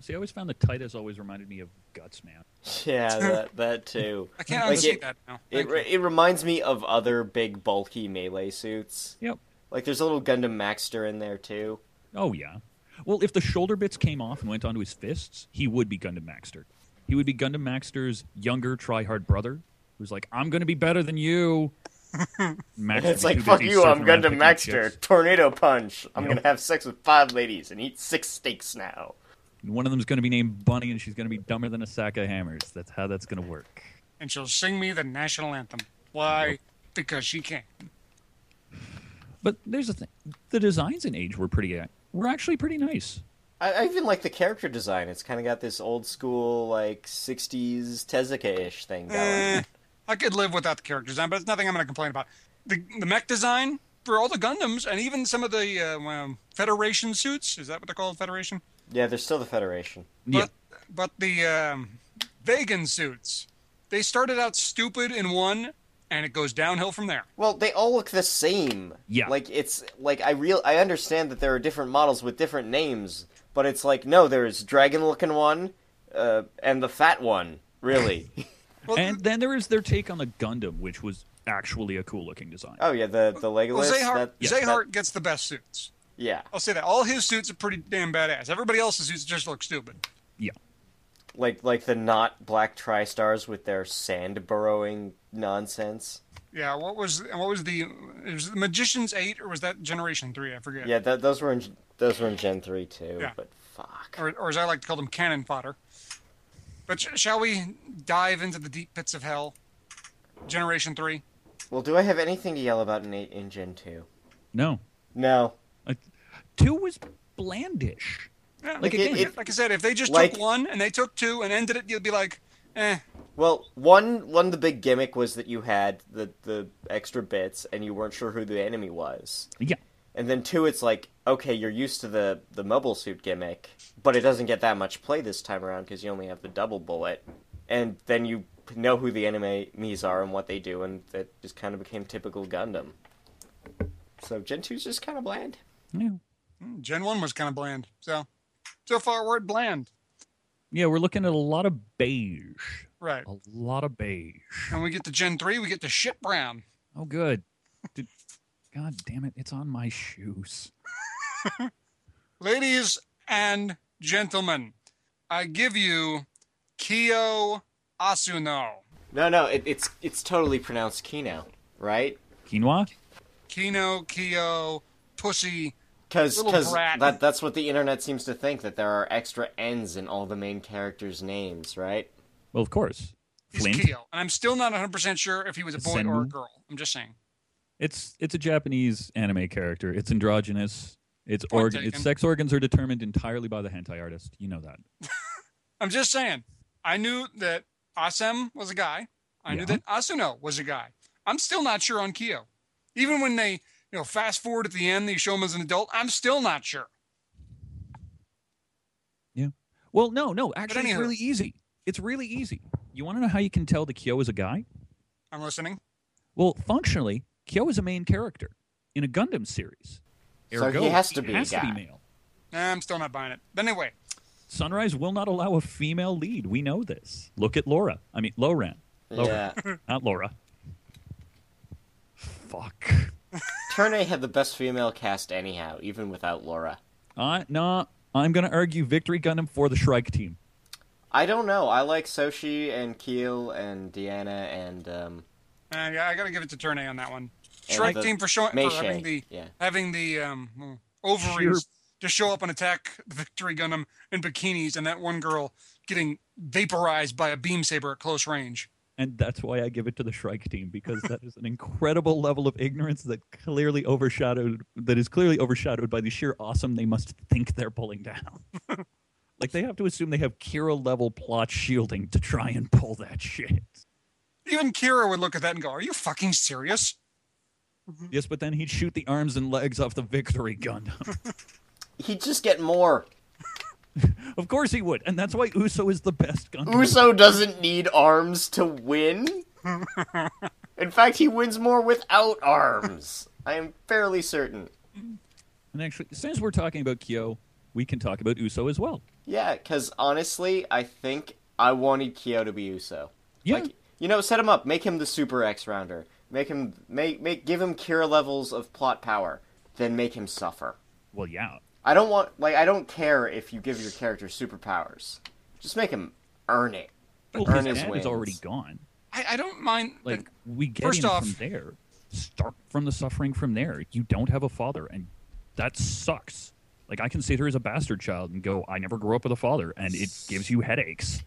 See, I always found that Titus always reminded me of guts, man.
Yeah,
<laughs>
that, that too.
I can't
Like,
unsee
it-
that now.
It,
Thank you.
re- it reminds me of other big bulky melee suits.
Yep.
Like there's a little Gundam Maxter in there too.
Oh yeah. Well, if the shoulder bits came off and went onto his fists, he would be Gundam Maxter. He would be Gundam Maxter's younger tryhard brother, who's like, "I'm going to be better
<laughs>
than you." Maxter
It's
was
like
too
fuck
busy
you, I'm
surfing around
Gundam
picking
Maxter.
chicks.
Tornado punch. I'm
Yep.
gonna have sex with five ladies and eat six steaks now.
One of them's going to be named Bunny, and she's going to be dumber than a sack of hammers. That's how that's going to work.
and she'll sing me the national anthem. Why? Because she can.
But there's the thing: the designs in Age were pretty, uh, were actually pretty nice.
I, I even like the character design. It's kind of got this old school like '60s Tezuka-ish thing going.
Eh, I could live without the character design, but it's nothing I'm going to complain about. The, the mech design for all the Gundams and even some of the uh, um, Federation suits is that what they're called? Federation?
Yeah, there's still the Federation.
Yeah.
But, but the um, Vegan suits, they started out stupid in one, and it goes downhill from there.
Well, they all look the same.
Yeah.
Like it's like I real I understand that there are different models with different names, but it's like no, there's dragon looking one, uh, and the fat one.
<laughs>
Really?
Well,
And then there is their take on the Gundam, which was actually a cool looking design.
oh yeah, the the Legolas.
well Zahart,
that- that-
Zahart gets the best suits.
yeah,
I'll say that. All his suits are pretty damn badass. Everybody else's suits just look stupid.
Yeah.
like like the not black tri-stars with their sand burrowing nonsense.
Yeah, what was what was the it was the Magician's Eight or was that Generation Three? I forget.
Yeah, that, those were in those were in Gen three too.
Yeah.
But fuck.
or, or as I like to call them, cannon fodder. But sh- shall we dive into the deep pits of hell? Generation 3?
Well, do I have anything to yell about in eight in Gen two?
No,
No.
I, two was blandish.
Yeah,
Like,
like,
again,
it-
I said, if they just
like-
took one and they took two and ended it, you'd be like, eh.
Well, one one the big gimmick was that you had the the extra bits and you weren't sure who the enemy was.
Yeah.
And then two, it's like okay, you're used to the the mobile suit gimmick, but it doesn't get that much play this time around because you only have the double bullet. And then you know who the enemies are and what they do, and that just kind of became typical Gundam. So Gen two's just kind of bland.
Yeah.
Mm, Gen 1 was kind of bland. So, so far, we're at bland.
Yeah, we're looking at a lot of beige.
Right.
A lot of beige.
And we get to Gen 3, we get to shit brown.
Oh, good. Did, God damn it, it's on my shoes.
Ladies and gentlemen, I give you Kyo Asuno.
No, no, it, it's it's totally pronounced Kino, right?
Quinoa?
Kino, Kyo, Pussy,
Because
Little brat.
that, that's what the internet seems to think that there are extra N's in all the main characters' names, right?
Well, of course.
He's
Flint.
Keo. And I'm still not 100% sure if he was a boy or a
Senmu.
girl. I'm just saying.
It's it's a Japanese anime character. It's androgynous. Its
Point
organ, its
taken.
sex organs are determined entirely by the hentai artist. You know that.
I'm just saying. I knew that Asem was a guy. I
Yeah.
knew that Asuno was a guy. I'm still not sure on Keo. Even when they, you know, fast forward at the end, they show him as an adult. I'm still not sure.
Well, no, no. Actually, it's
anywho.
really easy. It's really easy. You want to know how you can tell the Kyo is a guy?
I'm listening.
Well, functionally, Kyo is a main character in a Gundam series.
So he has to be a
has to
guy.
be male.
Nah, I'm still not buying it. But anyway,
Sunrise will not allow a female lead. We know this. Look at Laura. I mean, Loran. Loran,
Yeah.
not Laura. Fuck.
Tournay had the best female cast anyhow, even without Laura.
I no. I'm gonna argue victory Gundam for the Shrike team.
I don't know. I like Soshi and Keel and Deanna and um
uh, yeah, I got to give it to Turney on that one.
And
Strike
the-
team for showing for
Meishe.
having the
Yeah.
having the um, ovaries to show up and attack the Victory Gundam in bikinis, and that one girl getting vaporized by a beam saber at close range.
And that's why I give it to the Shrike team because that is an incredible level of ignorance that clearly overshadowed that is clearly overshadowed by the sheer awesome they must think they're
<laughs>
pulling down. like they have to assume they have Kira level plot shielding to try and pull that shit.
Mm-hmm.
Even Kira would look at that and go, "Are you fucking serious?"
Yes, but then he'd shoot the arms and legs off the Victory Gundam.
He'd just get more.
<laughs> of course he would, and that's why Uso is the best Gundam.
Uso doesn't need arms to
<laughs>
win. In fact, he wins more without arms. I am fairly certain.
And actually, since we're talking about Kyo, we can talk about Uso as well.
Yeah, because honestly, I think I wanted Kyo to be Uso.
Yeah.
Like, you know, set him up. Make him the super X rounder. Make him make make give him Kira levels of plot power. Then make him suffer.
well, yeah.
I don't want like I don't care if you give your character superpowers. Just make him earn it.
Well, his
Ernest
dad
wins.
is already gone.
I, I don't mind.
Like we get
first
him
off-
from there. Start from the suffering from there. You don't have a father, and that sucks. Like I consider as a bastard child and go, I never grew up with a father, and it gives you headaches.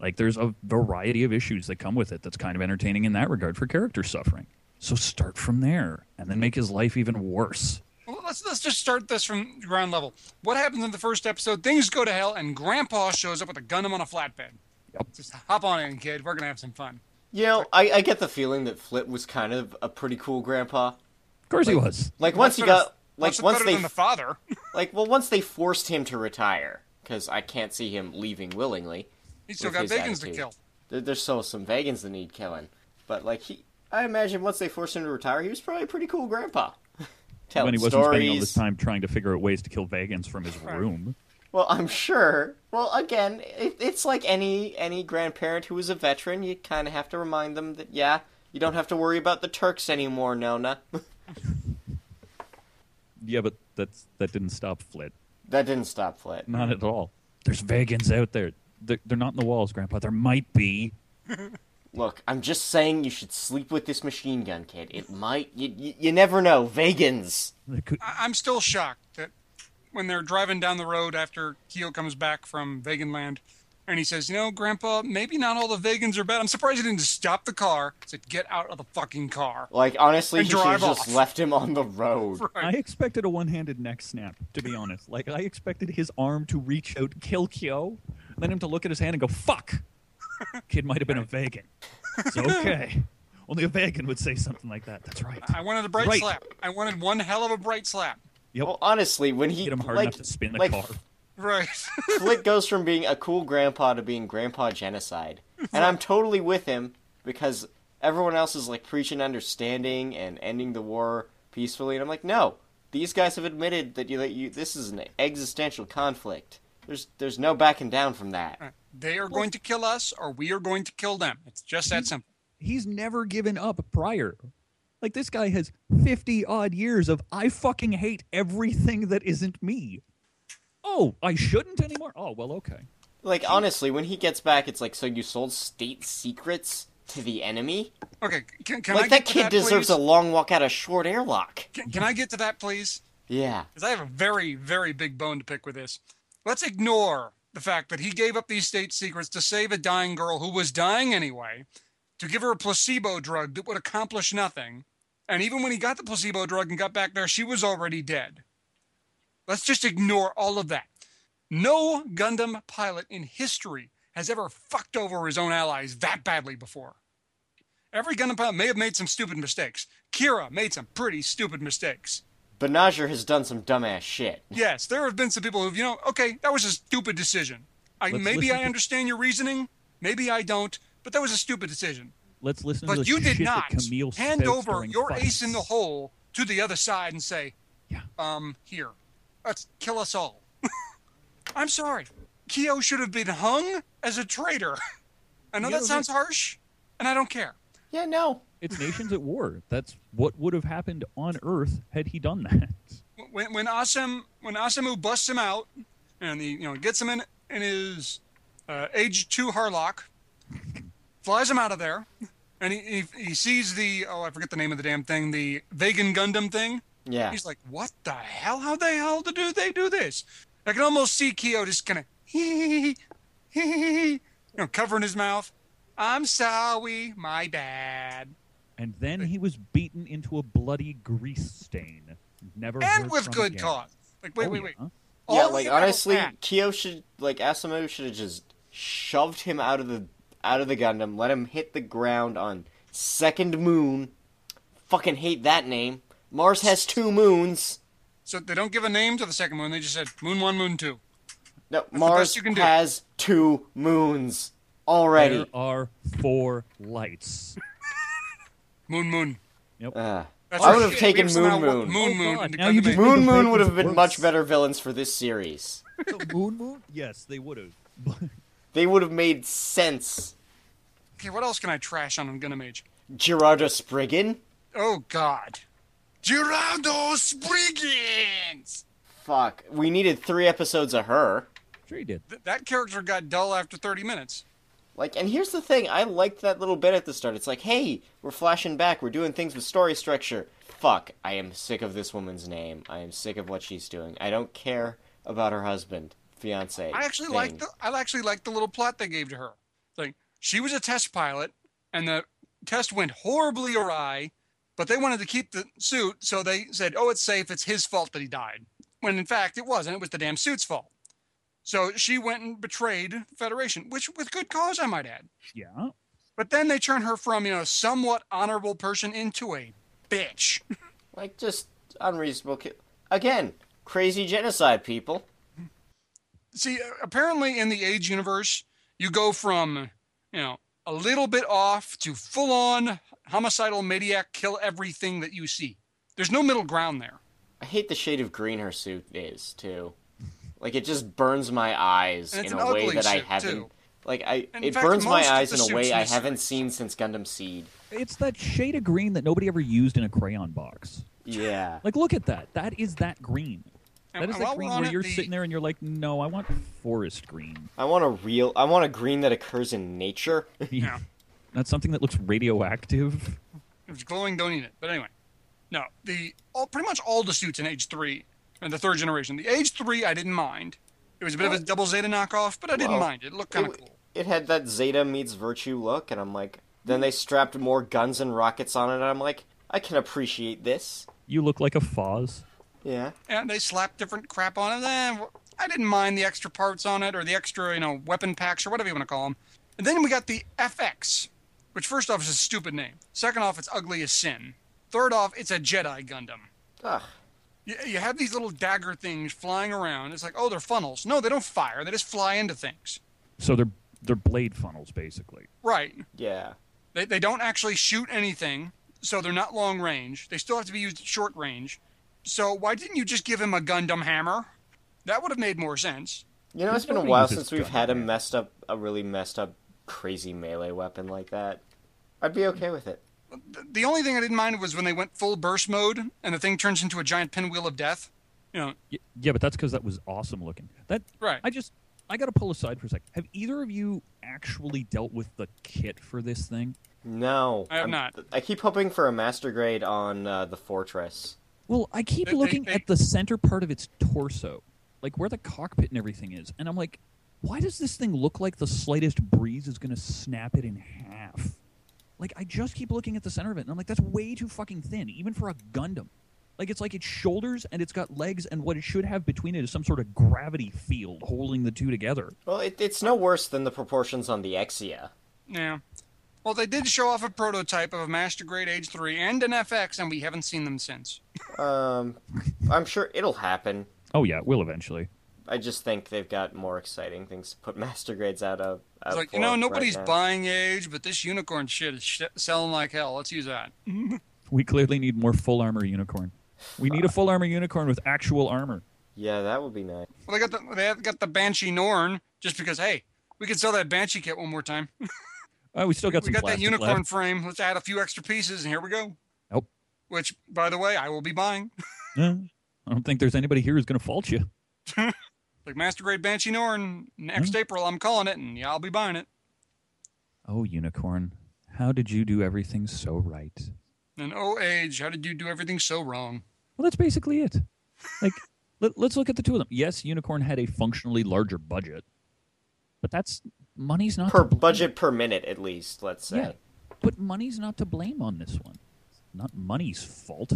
Like there's a variety of issues that come with it. That's kind of entertaining in that regard for character suffering. So start from there, and then make his life even worse.
Well, let's let's just start this from ground level. What happens in the first episode? Things go to hell, and Grandpa shows up with a gun on a flatbed.
Yep.
Just hop on in, kid. We're gonna have some fun.
You know, I, I get the feeling that Flip was kind of a pretty cool grandpa.
Of course he was.
Like once he
What's better-
got like
what's
once
better
they
than the father. <laughs>
like well once they forced him to retire because I can't see him leaving willingly.
He's still
with
got
his
vegans to
attitude.
kill.
There, there's still some vegans that need killing, but like he, I imagine once they forced him to retire, he was probably a pretty cool grandpa. <laughs> Telling
when he wasn't
stories.
spending all this time trying to figure out ways to kill vegans from his room.
Well, I'm sure. Well, again, it, it's like any any grandparent who is a veteran. You kind of have to remind them that yeah, you don't have to worry about the Turks anymore, Nona. <laughs>
Yeah, but that's that didn't stop Flit.
that didn't stop Flit.
Not at all. There's vegans out there. They're, they're not in the walls, Grandpa. There might be.
Look, I'm just saying you should sleep with this machine gun, kid. It might. You, you, you never know. Vegans.
There could-
I, I'm still shocked that when they're driving down the road after Keo comes back from vegan land, and he says, "You know, Grandpa, maybe not all the vegans are bad." I'm surprised he didn't stop the car. Said, "Get out of the fucking car."
Like honestly,
And
you should have
drive
just
off.
left him on the
<laughs>
road.
I expected a one-handed neck snap, to be honest. Like I expected his arm to reach out, kill Kyo, and then him to look at his hand and
<laughs>
go, "Fuck." Kid might have been a vegan. It's okay. Only a vegan would say something like that. That's right.
I wanted a bright
Right.
slap. I wanted one hell of a bright slap.
Well, honestly, when he
Hit him hard
like
enough to spin the
like,
car.
Right. <laughs>
Flick goes from being a cool grandpa to being grandpa genocide. And I'm totally with him because everyone else is like preaching understanding and ending the war peacefully. And I'm like, no, these guys have admitted that you, that you this is an existential conflict. There's there's no backing down from that.
they are going to kill us, or we are going to kill them. It's just
Mm-hmm.
that simple.
he's never given up prior. Like this guy has 50 odd years of I fucking hate everything that isn't me. Oh, I shouldn't anymore. Oh, well, okay.
Like honestly, when he gets back, it's like, so you sold state secrets to the enemy?
Okay, can, can I
Like
get
that
to
kid
that,
deserves
please?
a long walk out of short airlock.
Can, can I get to that, please?
Yeah.
Because I have a very, very big bone to pick with this. Let's ignore the fact that he gave up these state secrets to save a dying girl who was dying anyway, to give her a placebo drug that would accomplish nothing. And even when he got the placebo drug and got back there, she was already dead. Let's just ignore all of that. No Gundam pilot in history has ever fucked over his own allies that badly before. Every Gundam pilot may have made some stupid mistakes. Kira made some pretty stupid mistakes.
But Najir has done some dumbass shit.
Yes, there have been some people who've, you know, okay, that was a stupid decision. I,
Let's
maybe
listen
I
to-
understand your reasoning, maybe I don't, but that was a stupid decision.
Let's listen to
But
the
you
shit
did not
that Camille
hand
spouts
over
during
your
fights.
ace in the hole to the other side and say,
Yeah.
um, here, let's kill us all. <laughs> I'm sorry. Keo should have been hung as a traitor. <laughs> I know
Yeah,
that sounds harsh, and I don't care.
Yeah, no.
It's nations at war. That's what would have happened on Earth had he done that.
when when Asem when Asemu busts him out and he you know gets him in in his uh, age two Harlock, flies him out of there, and he, he he sees the oh I forget the name of the damn thing the Vegan Gundam thing.
Yeah.
He's like, what the hell? How the hell do- do they do this? I can almost see Keo just kind of hee hee hee hee, you know covering his mouth. I'm sorry, my bad.
And then he was beaten into a bloody grease stain. Never
And
heard
with
from
good
again.
cause. Like wait
Oh,
wait wait.
yeah.
yeah,
All
like
about
honestly,
that.
Kyo should like Asamo should have just shoved him out of the out of the Gundam, let him hit the ground on second moon. Fucking hate that name. Mars has two moons.
So they don't give a name to the second moon. They just said moon one, moon two.
No, Mars
best you can do.
has two moons already.
There are four lights.
Moon, moon.
Ugh.
That's
I
our
would've
shit.
taken
We somehow
moon,
wa-
moon.
Moon,
Oh,
moon.
God,
into
now you
Gundam
just
Eight.
made
Ah. Moon
the
Moon
Ravens
would have been
worse.
much better villains for this series.
So moon moon? Yes, they would have. <laughs> But
They would have made sense.
Okay, what else can I trash on Gunamage?
Gerardo Spriggan?
Oh God, Gerardo Spriggins.
Fuck. We needed three episodes of her.
Sure he did.
Th- that character got dull after 30 minutes.
Like, and here's the thing I liked that little bit at the start. It's like, hey, we're flashing back, we're doing things with story structure. Fuck. I am sick of this woman's name. I am sick of what she's doing. I don't care about her husband, fiance.
I actually
thing.
like the I actually like the little plot they gave to her. It's Like she was a test pilot, and the test went horribly awry. But they wanted to keep the suit, so they said, "Oh, it's safe. It's his fault that he died." When in fact, it wasn't. It was the damn suit's fault. So she went and betrayed Federation, which with good cause, I might add.
Yeah.
But then they turn her from you know a somewhat honorable person into a bitch.
Like, just unreasonable. Ki- Again, crazy genocide people.
see apparently in the age universe you go from you know a little bit off to full on homicidal maniac kill everything that you see there's no middle ground there
I hate the shade of green her suit is, too. Like, it just burns my eyes
And it's
in
an
a way
ugly
that I
suit,
haven't.
too.
Like, I,
In
it
fact,
burns my
most of
eyes
the
in a
suits
way
in
I
this
haven't
series-
seen since Gundam
<laughs>
Seed.
It's that shade of green that nobody ever used in a crayon box.
Yeah.
Like, look at that. That is that green.
And-
That is
and
that
while we're
green
on
where
it,
you're
the-
sitting there and you're like, no, I want forest green.
I want a real. I want a green that occurs in nature.
<laughs>
<laughs>
<laughs>
yeah
Not something that looks radioactive.
if it's glowing don't eat it but anyway no the all pretty much all the suits in age three and the third generation the age three i didn't mind it was a bit of a double zeta knockoff but i didn't
Well,
mind it looked kind of
it-
cool
it had that Zeta meets Virtue look, and I'm like. Then they strapped more guns and rockets on it, and I'm like, I can appreciate this.
You look like a Foz.
Yeah.
and they slapped different crap on it. Eh, wh- I didn't mind the extra parts on it or the extra, you know, weapon packs or whatever you want to call them. And then we got the FX, which first off is a stupid name. Second off, it's ugly as sin. Third off, it's a Jedi Gundam.
Ugh.
You, you have these little dagger things flying around. It's like, oh, they're funnels. No, they don't fire. They just fly into things.
So they're they're blade funnels basically.
Right.
Yeah.
They, they don't actually shoot anything, so they're not long range. They still have to be used at short range. So why didn't you just give him a Gundam hammer? That would have made more sense.
You know, it's been a
Nobody
while
uses
since we've
gun
had a
man.
messed up, a really messed up, crazy melee weapon like that. I'd be okay with it.
th- the only thing I didn't mind was when they went full burst mode and the thing turns into a giant pinwheel of death. You know,
Y- Yeah, but that's because that was awesome looking. That
Right.
I just I got to pull aside for a sec. Have either of you actually dealt with the kit for this thing?
No,
I have
I'm-
not.
I keep hoping for a master grade on uh, the fortress.
Well, I keep
They- they-
looking
they-
at the center part of its torso, like where the cockpit and everything is, and I'm like, why does this thing look like the slightest breeze is going to snap it in half? Like, I just keep looking at the center of it, and I'm like, that's way too fucking thin, even for a Gundam. Like, it's like its shoulders and it's got legs, and what it should have between it is some sort of gravity field holding the two together.
Well, it, it's no worse than the proportions on the Exia.
yeah. Well, they did show off a prototype of a Master Grade Age 3 and an FX, and we haven't seen them since.
Um, I'm sure it'll happen.
Oh, yeah, it will eventually.
I just think they've got more exciting things to put <laughs> master grades out of.
It's
Out
like,
for
you know,
right
nobody's
now.
buying Age, but this unicorn shit is sh- selling like hell. Let's use that.
We clearly need more full armor unicorn. We need a full armor unicorn with actual armor.
Yeah, that would be nice.
Well, they got the they have got the Banshee Norn just because. Hey, we could sell that Banshee kit one more time.
Oh, we still got
we
some
got that
plastic
unicorn
left.
frame. Let's add a few extra pieces, and here we go.
Nope.
Which, by the way, I will be buying.
No, I don't think there's anybody here who's going to fault you.
like Master Grade Banshee Norn. Next
Hmm?
April, I'm calling it, and yeah, I'll be buying it.
Oh, unicorn, how did you do everything so right?
And oh, age, how did you do everything so wrong?
Well, that's basically it. Like, <laughs> let, let's look at the two of them. Yes, unicorn had a functionally larger budget, but that's money's not
Per
to blame.
budget per minute, at least. Let's say.
Yeah, but money's not to blame on this one. It's not money's fault.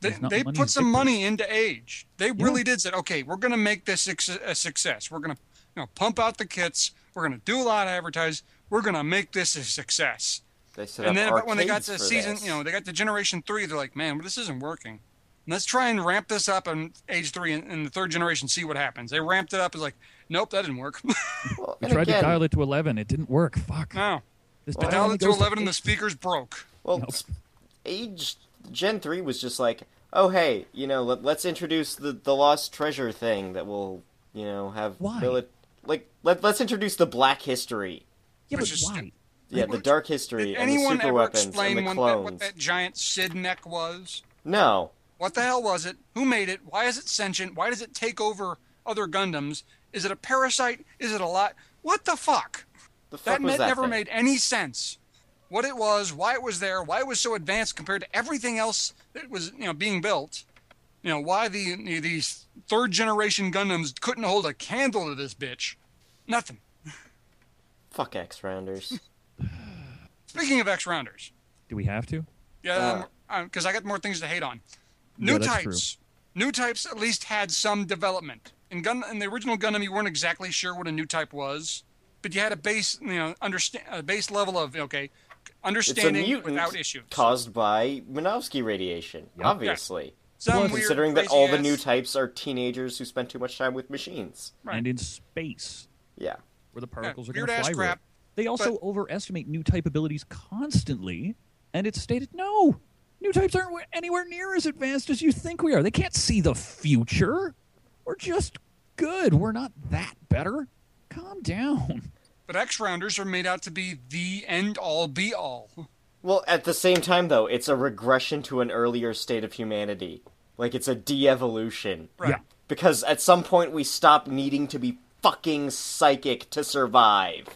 They,
It's not
they
money,
put
it's
some
victory.
money into age. They really did said, okay, we're going to make this suc- a success. We're going to you know, pump out the kits. We're going to do a lot of advertise. We're going to make this a success.
They set up
And then about when they got
arcades
to
for
season,
this.
you know, they got to generation three, they're like, man, this isn't working. Let's try and ramp this up on age three and, and the third generation, see what happens. They ramped it up. It's like, nope, that didn't work. <laughs>
Well,
We
and
tried
again,
to dial it to eleven. It didn't work. Fuck.
no.
This
They
dial
dialed
only
it to
goes
11 and the
eight.
speakers broke.
Well, s- age Gen three was just like, oh hey, you know, let, let's introduce the the lost treasure thing that will, you know, have
Why?
mili- like let, let's introduce the black history.
Yeah,
Which
but
is
why?
Yeah, the dark history
Did
and the
anyone
super
ever
weapons and
explain
the
when that-
clones.
what that giant Sid mech was?
No.
What the hell was it? Who made it? Why is it sentient? Why does it take over other Gundams? Is it a parasite? Is it a lot? What the fuck?
The fuck
That,
was
ne-
that
never
thing?
made any sense. What it was, why it was there, why it was so advanced compared to everything else that was you know being built. You know why the the- these third generation Gundams couldn't hold a candle to this bitch. Nothing.
Fuck X
<laughs>
Rounders.
Speaking of X Rounders,
Do we have to?
Uh,
Yeah, because I got more things to hate on. New
Yeah, that's true.
types. New types at least had some development. In gun in the original Gundam, you weren't exactly sure what a new type was, but you had a base, you know, understand a base level of okay,
It's a
understanding
mutant
without issues.
caused by Minovsky radiation, obviously.
Some weird
Considering that all the
crazy-ass-
new types are teenagers who spend too much time with machines.
Right.
And in space,
Yeah.
where the particles are
weird
going to
ass
fly
crap,
with. They also overestimate new type abilities constantly, and it's stated no, new types aren't where- anywhere near as advanced as you think we are. They can't see the future. We're just good. We're not that better. Calm down.
but X rounders are made out to be the end all be all.
Well, at the same time, though, it's a regression to an earlier state of humanity. Like, it's a de evolution.
Right.
Yeah.
Because at some point, we stop needing to be fucking psychic to survive.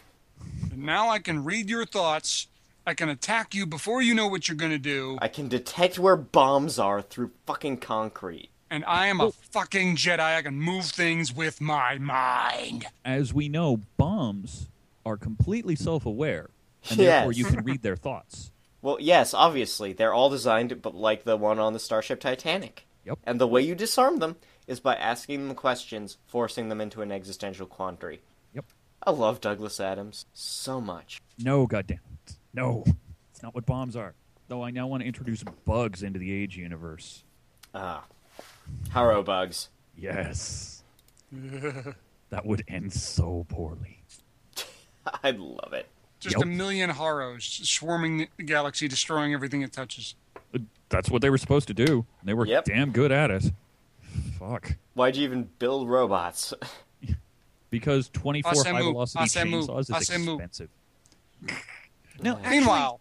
And now I can read your thoughts. I can attack you before you know what you're gonna do,
I can detect where bombs are through fucking concrete.
and I am
Oh.
a fucking Jedi. I can move things with my mind.
As we know, bombs are completely self-aware, and therefore
Yes.
you can read their thoughts.
Well, yes, obviously. They're all designed but like the one on the Starship Titanic.
Yep.
And the way you disarm them is by asking them questions, forcing them into an existential quandary.
Yep.
I love Douglas Adams so much.
No, goddamn it. No, it's not what bombs are. Though I now want to introduce bugs into the Age universe.
Ah. Harrow bugs. <laughs>
Yes. that would end so poorly.
I love it.
Just
Yep.
a million Haros swarming the galaxy, destroying everything it touches.
That's what they were supposed to do. They were
Yep.
damn good at it. Fuck.
Why'd you even build robots? <laughs>
Because 24
Asemu,
high velocity
Asemu,
chainsaws is
Asemu.
expensive. No,
Meanwhile,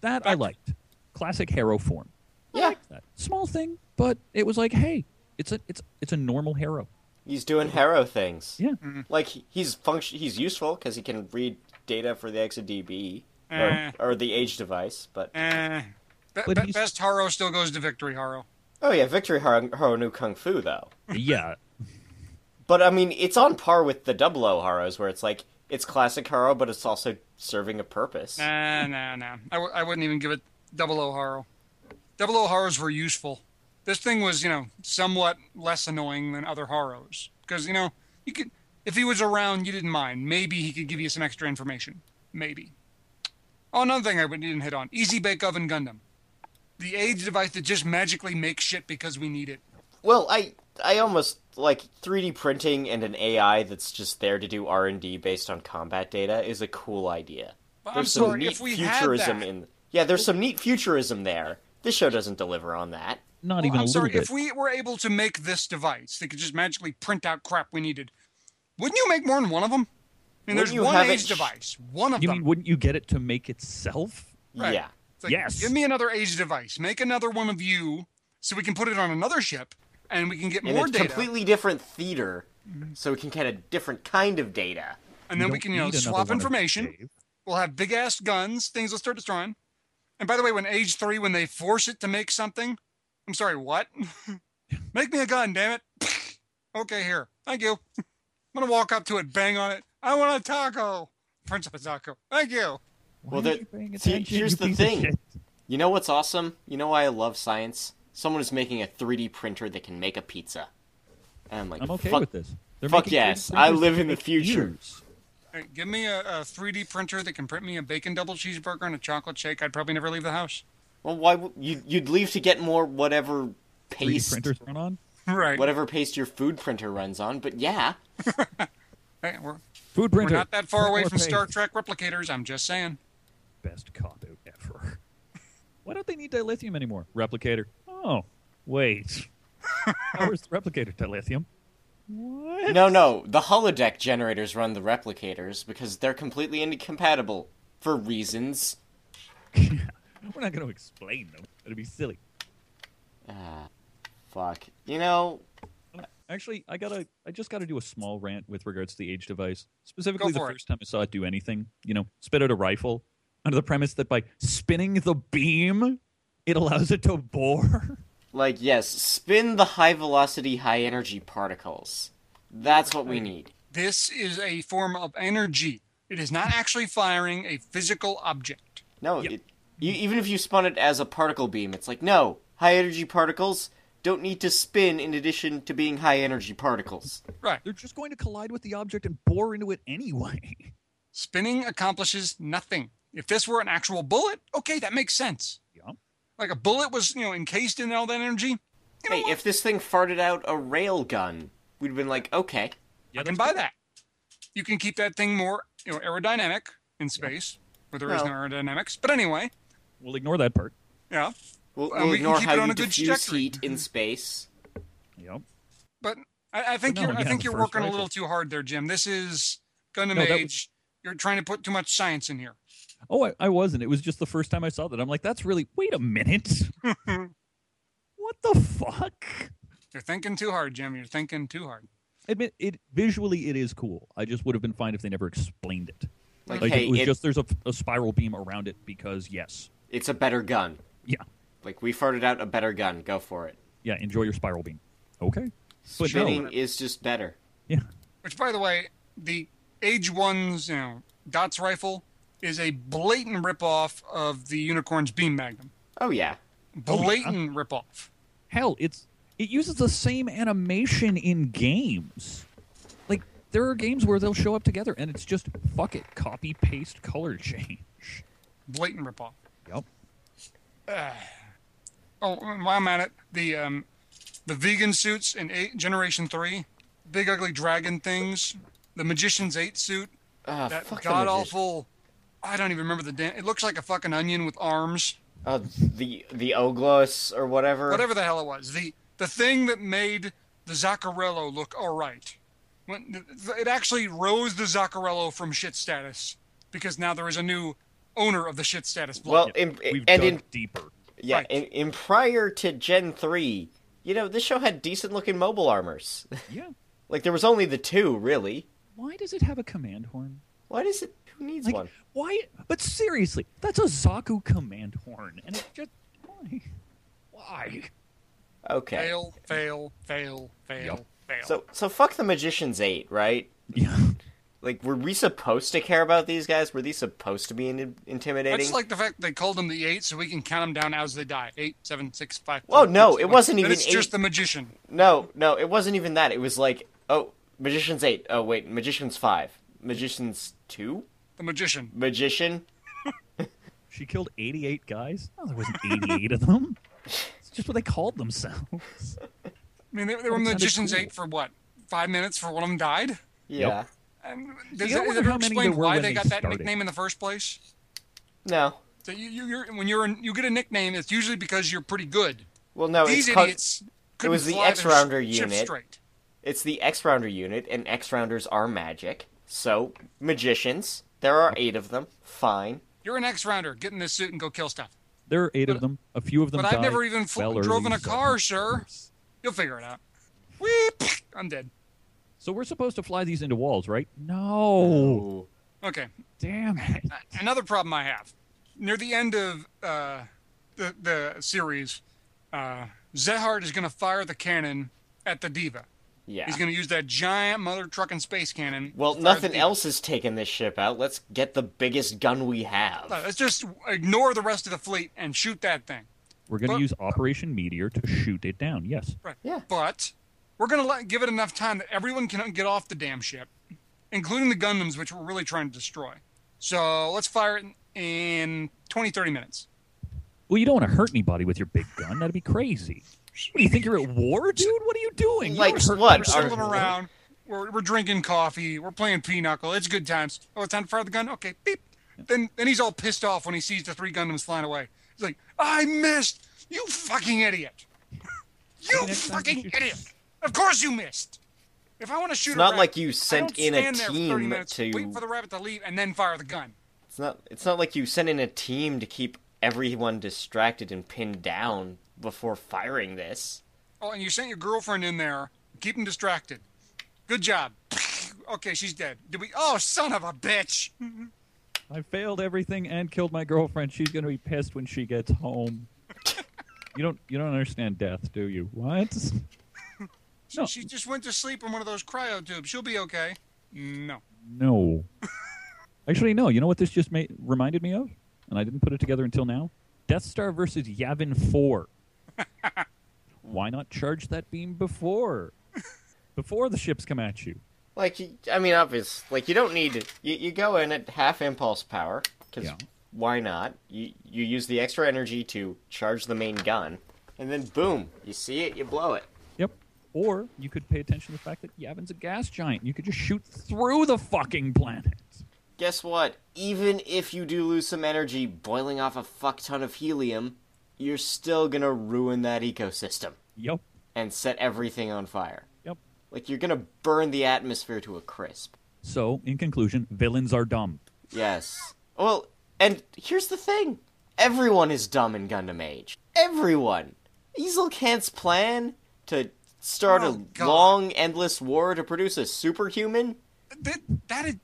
that I liked. Classic Harrow form.
yeah.
That small thing, but it was like, hey, it's a it's it's a normal Mm-hmm. Harrow.
He's doing Harrow things.
Yeah.
Like he's function he's useful cuz he can read data for the ExaDB
Eh.
or, or the age device, but
eh, be-
But
be-
he's-
best Haro still goes to victory. Haro.
Oh yeah, Victory Har- Harrow knew kung fu though.
yeah.
But I mean, it's on par with the Double O Haros, where it's like it's classic Haro, but it's also serving a purpose.
Nah, nah, nah. I, w- I wouldn't even give it double O Haro. Double O Haros were useful. This thing was, you know, somewhat less annoying than other Haros because you know you could, if he was around, you didn't mind. Maybe he could give you some extra information. Maybe. Oh, another thing I would- didn't hit on: Easy Bake Oven Gundam, the age device that just magically makes shit because we need it.
Well, I I almost like 3D printing and an AI that's just there to do R and D based on combat data is a cool idea.
But
There's
I'm
some
sorry,
neat
if we
futurism
had that,
in yeah. There's some neat futurism there. This show doesn't deliver on that.
Not
Well,
even a
I'm
little
sorry,
bit.
if we were able to make this device that could just magically print out crap we needed, wouldn't you make more than one of them? I
Wouldn't
mean, there's
you
one
have it
age
sh-
device, one of
you
them.
mean wouldn't you get it to make itself?
Right.
Yeah,
It's like,
Yes.
Give me another age device. Make another one of you, so we can put it on another ship, and we can get
in
more
a
data, Mm-hmm.
completely different theater, so we can get a different kind of data.
and then we
don't
can you know
need another
swap
one of
information.
Dave.
We'll have big ass guns. Things will start destroying. And by the way, when age three, when they force it to make something, I'm sorry, what? <laughs> make me a gun, damn it. <laughs> okay, here. Thank you. <laughs> I'm gonna walk up to it, bang on it. I want a taco. French fry taco. Thank you.
Well,
Why aren't
there-
you paying
see,
attention,
here's
you
the
piece of
thing.
shit?
You know what's awesome? You know why I love science? Someone is making a 3D printer that can make a pizza. And I'm like,
I'm okay
fuck,
with this. They're
fuck
making
yes,
3D
I
printers
live
that
in the
make
future.
ears.
Hey, give me a, a 3D printer that can print me a bacon double cheeseburger and a chocolate shake. I'd probably never leave the house. <laughs>
Well, why would you? You'd leave to get more whatever
3D
paste,
printers run on
Right.
whatever paste your food printer runs on. But yeah,
Hey, we're,
food
we're
printer.
not that far
Print
away
more
from
paste.
Star Trek replicators. I'm just saying.
Best cop out ever. Why don't they need dilithium
<laughs>
anymore? Replicator. Oh, wait. Where's the replicator dilithium?
No, no. The holodeck generators run the replicators because they're completely incompatible for reasons.
<laughs> We're not going to explain them. It'd be silly.
Fuck. You know,
Actually, I gotta. I just gotta do a small rant with regards to the age device. Specifically, the
for it.
first time I saw it do anything, you know, spit out a rifle under the premise that by spinning the beam, it allows it to bore. <laughs>
like yes, spin the high velocity, high energy particles. That's what we need.
This is a form of energy. It is not actually firing a physical object.
No, it, you, even if you spun it as a particle beam, it's like no, high energy particles don't need to spin in addition to being high energy particles.
Right.
They're just going to collide with the object and bore into it anyway. <laughs>
Spinning accomplishes nothing. If this were an actual bullet, okay, that makes sense.
Yeah.
Like a bullet was, you know, encased in all that energy. You know
Hey,
what?
if this thing farted out a rail gun, we'd have been like, okay.
Yeah,
I can buy that. You can keep that thing more, you know, aerodynamic in space, where there is no
Well.
aerodynamics. But anyway,
We'll ignore that part.
yeah.
We'll,
And
we'll
we can
ignore
keep
how
it on
you
a good
diffuse
trajectory. Mm-hmm.
heat in space.
Yep.
But I, I think
no,
you're, I
again,
think
the
you're
first
working a
rifle.
little too hard there, Jim. This is Gundam
No, that was-
Age. You're trying to put too much science in here.
Oh, I, I wasn't. It was just the first time I saw that. I'm like, that's really. Wait a minute.
<laughs>
what the fuck?
You're thinking too hard, Jim. You're thinking too hard.
Admit it. Visually, it is cool. I just would have been fine if they never explained it.
Like,
Like
hey,
it was
it-
just there's a, a spiral beam around it because yes,
it's a better gun.
yeah,
Like we farted out a better gun. Go for it.
yeah. Enjoy your spiral beam. Okay. But no.
Spinning is just better.
Yeah.
Which, by the way, the Age One's you know Dots rifle is a blatant ripoff of the Unicorn's beam magnum.
Oh yeah.
Blatant ripoff.
Hell, it's it uses the same animation in games. Like there are games where they'll show up together and it's just fuck it, copy paste color <laughs> change.
Blatant ripoff.
Yep.
Oh, and while I'm at it, the um, the vegan suits in eight, Generation Three, Big Ugly Dragon things, the Magician's Eight suit,
Ah,
that
fuck the
god
magician.
awful. I don't even remember the damn. It looks like a fucking onion with arms.
Uh, the the Oglos or whatever.
Whatever the hell it was, the the thing that made the Zaccarello look all right. When, th- th- it actually rose the Zaccarello from shit status because now there is a new owner of the shit status block.
Well, in,
We've
and
dug
in
deeper.
yeah,
right.
in, in prior to Gen three, you know, this show had decent looking mobile armors. <laughs>
Yeah.
like there was only the two really.
Why does it have a command horn?
Why does it? Who needs
Like
one?
why? But seriously, that's a Zaku command horn, and it just why? Why?
Okay.
fail, fail, fail, fail, fail.
So so fuck the magician's eight, right?
<laughs> Yeah.
Like, were we supposed to care about these guys? Were these supposed to be in- intimidating?
That's like the fact they called them the eight, so we can count them down as they die. Eight, seven, six, five.
Well,
four,
no,
three, two,
it
one.
wasn't
Then
even
It's just
eight.
the magician.
No, no, it wasn't even that. It was like, oh, Magician's 8. Oh, wait, Magician's 5. Magician's 2?
The magician.
Magician?
She killed 88 guys? No, there wasn't 88 of them. It's just what they called themselves.
I mean, they, they were
sounded
magicians
cool.
eight for what? Five minutes for one of them died.
Yeah.
And does
gotta
that,
wonder
does that
how many
explain
there were
why
when
they
they
got that
started.
nickname in the first place?
No.
So you, you, you're, when you're in, you get a nickname, it's usually because you're pretty good.
Well, no,
These
Oh, it's, cau-
idiots. couldn't
was the
fly their
X-Rounder
sh- ship
unit.
Straight.
it's the X Rounder unit, and X Rounders are magic. So, Magicians. There are eight of them. Fine.
You're an X rounder. Get in this suit and go kill stuff.
There are eight of them. A few of them
But I've
died.
never even fl-
Weller
drove in a
leaves
car,
us.
sir. You'll figure it out. Weep. I'm dead.
So we're supposed to fly these into walls, right? No.
Ooh.
Okay.
Damn it.
another problem I have near the end of uh, the the series, uh, Zehart is going to fire the cannon at the diva.
Yeah.
He's going to use that giant mother trucking space cannon.
well,
to fire the
nothing
Diva.
else is taking this ship out. Let's get the biggest gun we
No,
have.
Let's just ignore the rest of the fleet and shoot that thing.
We're going to
But-
use Operation Meteor to shoot it down. Yes.
Right.
Yeah.
But we're going to let give it enough time that everyone can get off the damn ship, including the Gundams, which we're really trying to destroy. So let's fire it in 20, 30 minutes.
Well, you don't want to hurt anybody with your big gun. That'd be crazy. What do you think you're at war, dude? What are you doing? You
Like
don't hurt
what?
We're
Are-
circling around. We're, we're drinking coffee. We're playing pinochle. It's good times. Oh, it's time to fire the gun. Okay, beep. Then then he's all pissed off when he sees the three Gundams flying away. He's like, "I missed.
<laughs>
You fucking idiot. you
next time you
fucking
should-
idiot. Of course you missed. If I want to shoot,
It's
a
not
rabbit,
like you
I
sent
don't
in a
stand there for 30
team
minutes,
to-
wait for the rabbit to leave and then fire the gun.
It's not. It's not like you sent in a team to keep everyone distracted and pinned down before firing this.
Oh, and you sent your girlfriend in there. Keep him distracted. Good job. <laughs> Okay, she's dead. Did we? Oh, son of a bitch!
I failed everything and killed my girlfriend. She's gonna be pissed when she gets
<laughs>
home. you don't you don't understand death, do you? What?
She,
No.
she just went to sleep in one of those cryo tubes. She'll be okay. No.
No. Actually, no. You know what this just made, reminded me of, and I didn't put it together until now. Death Star versus Yavin
<laughs>
Four. Why not charge that beam before, before the ships come at you?
Like, you- I mean, obvious. Like, you don't need. You, you go in at half impulse power because
Yeah.
why not? You you use the extra energy to charge the main gun, and then boom, you see it, you blow it.
Yep. Or you could pay attention to the fact that Yavin's a gas giant. You could just shoot through the fucking planet.
Guess what? Even if you do lose some energy boiling off a fuck ton of helium, you're still gonna ruin that ecosystem
Yep.
and set everything on fire.
Yep.
Like, you're gonna burn the atmosphere to a crisp.
So, in conclusion, villains are dumb.
Yes. Well, and here's the thing. Everyone is dumb in Gundam Age. Everyone. Easelkant's plan to start
Oh,
a
God.
long, endless war to produce a superhuman?
That that is.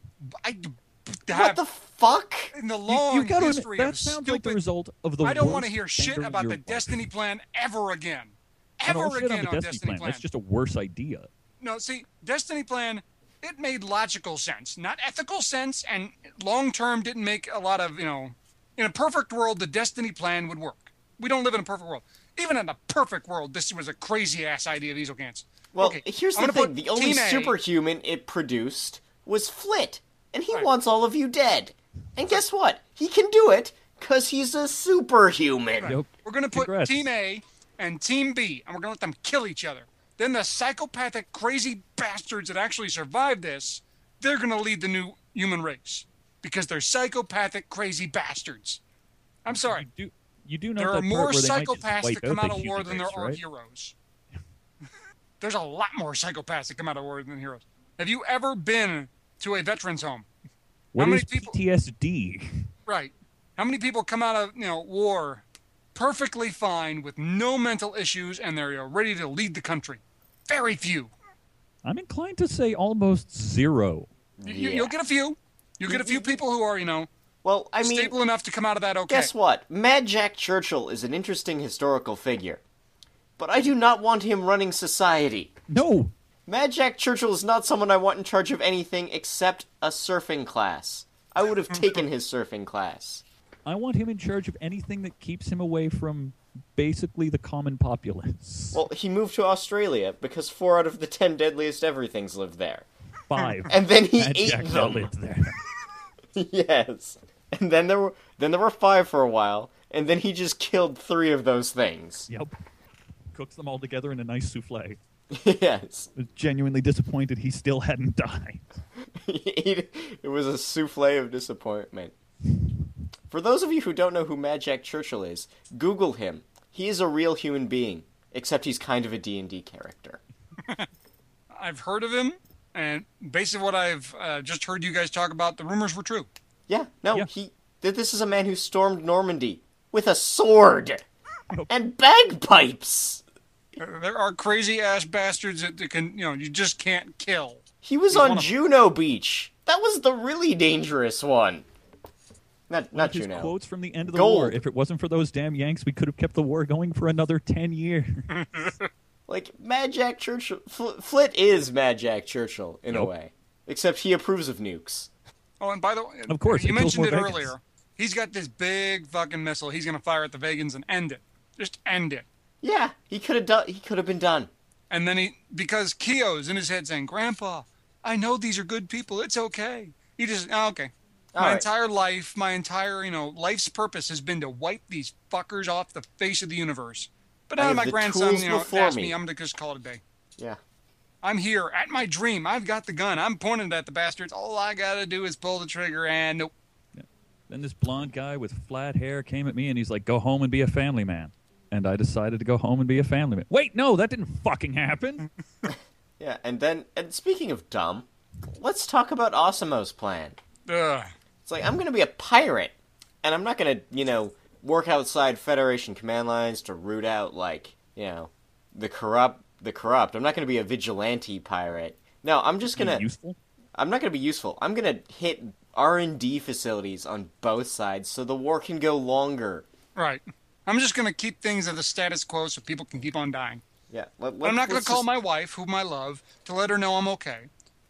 I
What
have
the fuck?
in the
You-
long
you've got to admit,
history
that
of
sounds
stupid.
like the result of the
I don't
want
wanna
to
hear shit about the Destiny Plan ever again. Ever
no, shit
again
on the Destiny, plan. That's just a worse idea.
No, see, Destiny Plan, it made logical sense, not ethical sense, and long term didn't make a lot of, you know, in a perfect world, the Destiny Plan would work. We don't live in a perfect world. Even in a perfect world, this was a crazy ass idea of Easel Cans.
Well,
Okay,
here's
I'm
the
gonna
thing.
put
The only
Team A-
superhuman it produced was Flit, and he
Right.
wants all of you dead. And guess what? He can do it because he's a superhuman.
Yep.
We're going to put
Congrats.
Team A and Team B, and we're going to let them kill each other. Then the psychopathic, crazy bastards that actually survived this, they're going to lead the new human race because they're psychopathic, crazy bastards. I'm sorry.
Do, you do know
There
that
are more
part where they might just
psychopaths
wipe
that come
the
out of war
human
than there
race,
are
right?
heroes. <laughs> There's a lot more psychopaths that come out of war than heroes. Have you ever been to a veterans home?
What
How many
is
people-
PTSD?
Right. How many people come out of you know war perfectly fine with no mental issues and they're you know, ready to lead the country? Very few.
I'm inclined to say almost zero.
You, you-
Yeah.
You'll get a few. You'll get a
Mm-hmm.
few people who are you know
Well, I mean,
stable enough to come out of that okay.
Guess what? Mad Jack Churchill is an interesting historical figure. But I do not want him running society.
No,
Mad Jack Churchill is not someone I want in charge of anything except a surfing class. I would have taken his surfing class.
I want him in charge of anything that keeps him away from basically the
<laughs>
common populace.
Well, he moved to Australia because four out of the ten deadliest everythings live there.
Five.
And then he
Mad
ate
Jack that
them.
lived there.
<laughs>
<laughs>
yes. And then there were then there were five for a while, and then he just killed three of those things.
Yep. Cooks them all together in a nice souffle.
<laughs> yes.
Was genuinely disappointed he still hadn't <laughs> died.
it <laughs> it was a souffle of disappointment. For those of you who don't know who Mad Jack Churchill is, Google him. He is a real human being, except he's kind of a D&D character.
I've heard of him, and based on what I've uh, just heard you guys talk about, the rumors were true.
Yeah, no,
Yeah.
he th- this is a man who stormed Normandy with a sword and bagpipes.
There are crazy ass bastards that, that can you know you just can't kill.
He was
one
on
of-
Juno Beach. That was the really dangerous one. Not not
His
Juno.
quotes from the end of the
Gold.
war. If it wasn't for those damn Yanks, we could have kept the war going for another ten years. <laughs>
Like Mad Jack Churchill, Fl- Flit is Mad Jack Churchill in a
Yep.
way, except he approves of nukes.
Oh, and by the way,
Of course,
you
it kills
mentioned it
more vegans.
earlier. He's got this big fucking missile. He's gonna fire at the vegans and end it. Just end it.
Yeah, he could have done. He could have been done.
And then he, because Keo's in his head saying, "Grandpa, I know these are good people. It's okay." He just, oh, okay.
All
my
right.
entire life, my entire you know life's purpose has been to wipe these fuckers off the face of the universe. But
I
now
have
my
the
grandson,
tools
you know,
before
asked
me.
me, I'm gonna just call it a day.
Yeah.
I'm here at my dream. I've got the gun. I'm pointing it at the bastards. All I gotta do is pull the trigger, and nope.
Then this blonde guy with flat hair came at me and he's like, "Go home and be a family man." And I decided to go home and be a family man. Wait, no, that didn't fucking happen.
Yeah, and then and speaking of dumb, let's talk about Osimo's plan.
Ugh.
It's like I'm gonna be a pirate, and I'm not gonna, you know, work outside Federation command lines to root out like, you know, the corrupt. The corrupt. I'm not gonna be a vigilante pirate. No, I'm just gonna.
Useful.
I'm not gonna be useful. I'm gonna hit R and D facilities on both sides so the war can go longer.
Right. I'm just going to keep things at the status quo so people can keep on dying.
Yeah, let,
But I'm not going to
let's
call
just-
my wife, whom I love, to let her know I'm okay.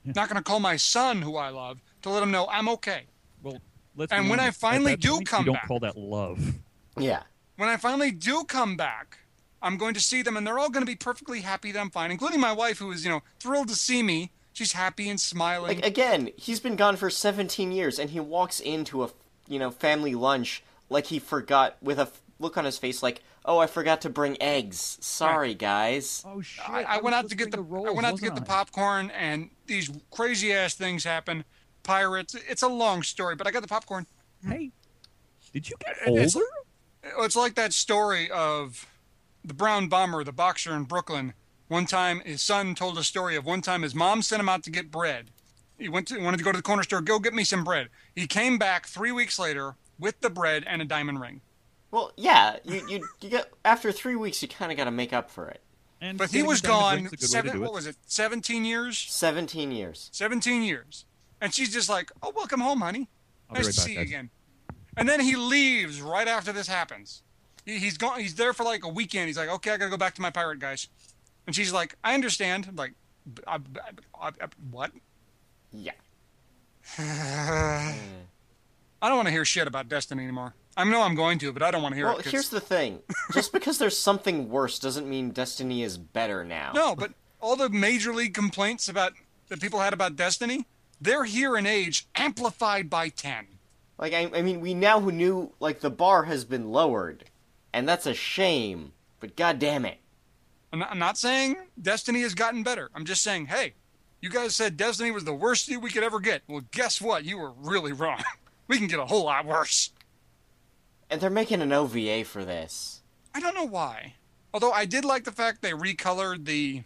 Not going to call my son, who I love, to let him know I'm okay.
Well, let's.
And
be
when I
honest, at
finally
that
do
point, you
come
don't
back-
call that love.
Yeah,
When I finally do come back, I'm going to see them, and they're all going to be perfectly happy that I'm fine, including my wife, who is, you know, thrilled to see me. She's happy and smiling.
like again, he's been gone for 17 years, and he walks into a you know family lunch like he forgot with a f- look on his face like, oh, I forgot to bring eggs. Sorry, guys.
Oh shit!
I, I went out to get the, I went out to get the popcorn, and these crazy ass things happen. Pirates. It's a long story, but I got the popcorn.
Hey, did you get
It is-
older?
Oh, It's like that story of the brown bomber, the boxer in Brooklyn. One time, his son told a story of one time his mom sent him out to get bread. He went to, wanted to go to the corner store, go get me some bread. He came back three weeks later with the bread and a diamond ring.
Well, yeah, you you you get after three weeks, you kind of got to make up for it.
And
But he
getting
was
a diamond ring's
gone
a good way to
seven.
do
What
it.
was it? Seventeen years.
17 years.
Seventeen years. And she's just like, "Oh, welcome home, honey.
I'll be
Nice
right
to
back,
see you
guys.
again." And then he leaves right after this happens. He, he's gone. He's there for like a weekend. He's like, "Okay, I gotta go back to my pirate guys." And she's like, "I understand." I'm like, "B- I, b- I- I- "What?
Yeah.
I don't want to hear shit about Destiny anymore. I know I'm going to, but I don't want to hear
Well,
it." 'cause-
here's the thing. Just because there's something worse doesn't mean Destiny is better now.
<laughs> no, but all the major league complaints about that people had about Destiny, they're here in age amplified by ten.
Like, I, I mean, we now knew, like, the bar has been lowered. And that's a shame. But god damn it.
I'm not, I'm not saying Destiny has gotten better. I'm just saying, hey, you guys said Destiny was the worst thing we could ever get. Well, guess what? You were really wrong. <laughs> We can get a whole lot worse.
And they're making an OVA for this.
I don't know why. Although I did like the fact they recolored the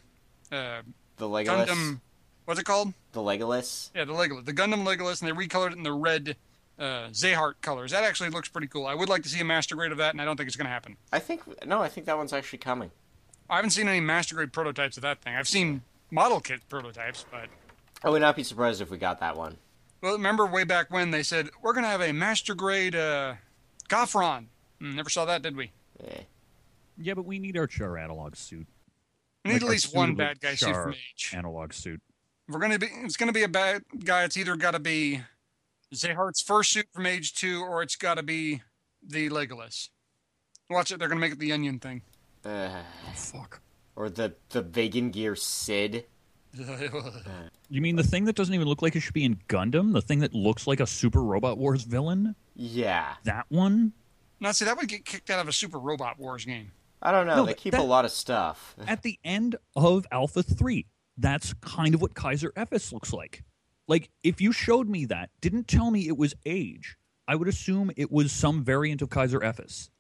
uh,
The Legolas.
Gundam. What's it called?
The Legolas.
Yeah, the Legolas, the Gundam Legolas, and they recolored it in the red uh, Zehart colors. That actually looks pretty cool. I would like to see a master grade of that, and I don't think it's going to happen.
I think, no, I think that one's actually coming.
I haven't seen any master grade prototypes of that thing. I've seen model kit prototypes, but
I would not be surprised if we got that one.
Well, remember way back when they said we're going to have a master grade uh, Goffron. Mm, Never saw that, did we?
Eh.
Yeah, but we need our char analog suit.
We need
Like
at
our
least one
suitable
bad guy suit
char
from each.
analog suit.
We're going to be. It's going to be a bad guy. It's either got to be Zehart's first suit from Age Two, or it's got to be the Legolas. Watch it. They're going to make it the Onion thing. <laughs>
Ugh.
Oh, fuck.
Uh. or the, the Vegan Gear Sid.
You mean the thing that doesn't even look like it should be in Gundam? The thing that looks like a Super Robot Wars villain?
Yeah.
That one?
now, see, that would get kicked out of a Super Robot Wars game.
I don't know.
No,
they
but
keep a
that-
lot of stuff.
At the end of Alpha 3, that's kind of what Kaiser Ephes looks like. Like, if you showed me that, didn't tell me it was age, I would assume it was some variant of Kaiser Ephes.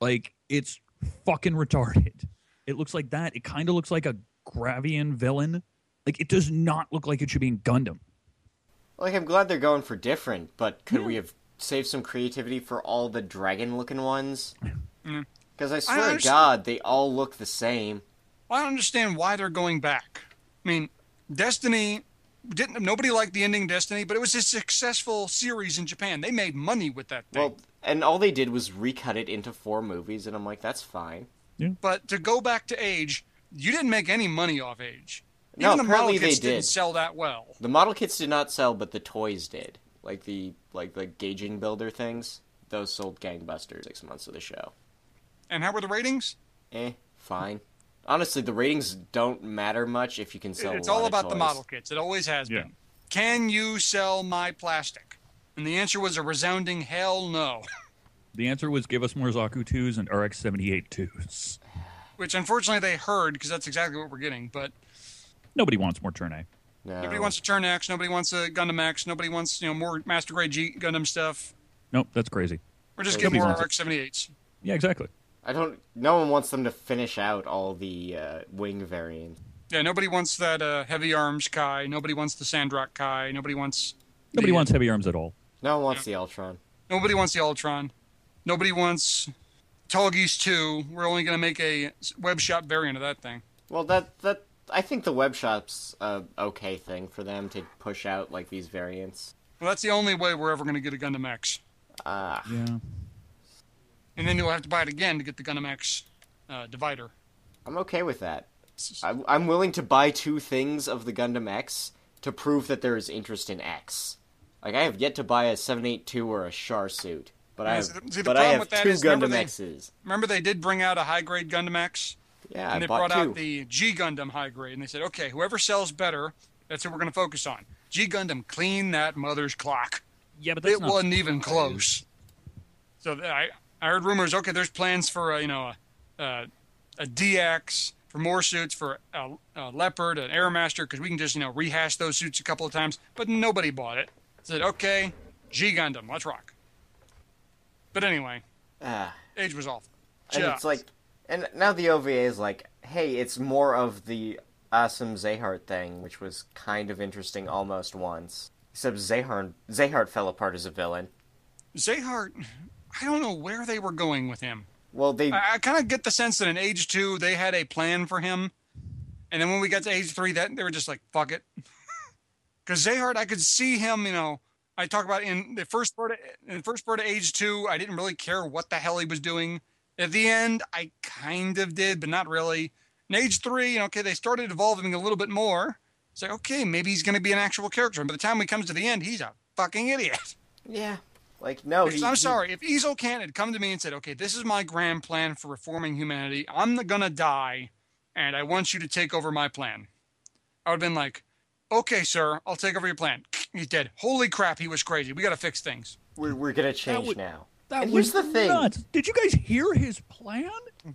Like, it's fucking retarded. It looks like that. It kind of looks like a Gravian villain. Like, it does not look like it should be in Gundam.
Like, I'm glad they're going for different, but could we have saved some creativity for all the dragon looking ones? Because I swear to
understand-
God, they all look the same.
I don't understand why they're going back. I mean, Destiny didn't. Nobody liked the ending of Destiny, but it was a successful series in Japan. They made money with that thing.
Well, and all they did was recut it into four movies, and I'm like, that's fine.
but to go back to Age, you didn't make any money off Age.
No,
Even the model
apparently they
kits
did.
not sell that well.
The model kits did not sell, but the toys did. Like the like the gauging builder things, those sold gangbusters six months of the show.
And how were the ratings?
Eh, fine. <laughs> Honestly, the ratings don't matter much if you can sell. a
it's
lot
all
of
about the
toys.
model kits. It always has
Yeah.
been. Can you sell my plastic? And the answer was a resounding hell no. <laughs>
The answer was give us more Zaku 2s and RX 78 2s.
Which unfortunately they heard because that's exactly what we're getting. But
Nobody wants more Turn A.
No.
Um,
Nobody wants a Turn X. Nobody wants a Gundam X. Nobody wants you know more Master Grade G Gundam stuff.
Nope, that's crazy.
Or just
Nobody
get more
wants it.
RX 78s.
Yeah, exactly.
I don't. No one wants them to finish out all the uh, wing variants.
Yeah, nobody wants that uh, heavy arms Kai. Nobody wants the Sandrock Kai. Nobody wants.
Nobody
the,
wants heavy arms at all.
No one wants the Ultron.
Nobody wants the Ultron. Nobody wants Talgeese Two. We're only going to make a web shop variant of that thing.
Well, that that I think the web shop's a okay thing for them to push out like these variants.
Well, that's the only way we're ever going to get a Gundam X.
Ah,
Yeah.
And then you'll have to buy it again to get the Gundam X uh, divider.
I'm okay with that. I'm, I'm willing to buy two things of the Gundam X to prove that there is interest in X. Like I have yet to buy a 782 or a Char suit, but I
Yeah,
have,
see, the- see, the
but I
problem
have
with that
two
is remember
Gundam
they-
X's.
Remember, they did bring out a high grade Gundam X,
Yeah,
and
I
they
bought
brought
two.
out the G Gundam high grade, and they said, okay, whoever sells better, that's who we're going to focus on. G Gundam, clean that mother's clock.
Yeah, but that's
it
not
wasn't even close. So th- I I heard rumors. Okay, there's plans for uh, you know a, a, a DX for more suits for a, a Leopard, an Airmaster, because we can just you know rehash those suits a couple of times. But nobody bought it. Said okay, G Gundam, let's rock. But anyway,
Ah.
age was awful.
And
Just-
it's like, and now the OVA is like, hey, it's more of the awesome Zahart thing, which was kind of interesting almost once. Except Zahart, Zahart fell apart as a villain.
Zahart, I don't know where they were going with him.
Well, they
I, I kind of get the sense that in age two they had a plan for him, and then when we got to age three, that they were just like fuck it, <laughs> because Zahard, I could see him. You know, I talk about in the first part, of, in the first part of age two, I didn't really care what the hell he was doing. At the end, I kind of did, but not really. In age three, you know, okay, they started evolving a little bit more. It's like, okay, maybe he's going to be an actual character. And by the time we comes to the end, he's a fucking idiot.
yeah, like no, he,
Because I'm
he-
sorry. If Ezel Kant had come to me and said, okay, this is my grand plan for reforming humanity, I'm going to die, and I want you to take over my plan, I would have been like, okay, sir, I'll take over your plan. <sniffs> He's dead. Holy crap, he was crazy. We got to fix things.
we're we're gonna change
would-
now.
That
and here's the thing,
nuts. Did you guys hear his plan?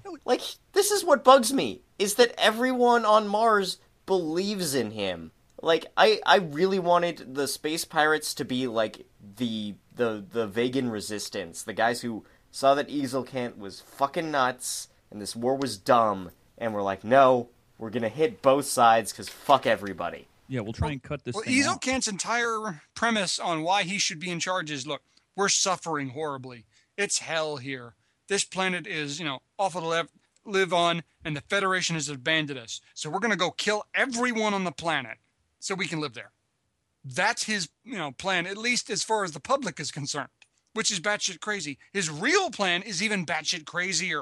No,
like this is what bugs me is that everyone on Mars believes in him. Like I, I really wanted the space pirates to be like the the the Vegan resistance, the guys who saw that Ezelkant was fucking nuts and this war was dumb, and were like, no, we're gonna hit both sides because fuck everybody.
Yeah, we'll try and cut this
Well,
thing
Ezel
out.
Kant's entire premise on why he should be in charge is, look, we're suffering horribly. It's hell here. This planet is, you know, awful to live, live on, and the Federation has abandoned us. So we're going to go kill everyone on the planet so we can live there. That's his, you know, plan, at least as far as the public is concerned, which is batshit crazy. His real plan is even batshit crazier.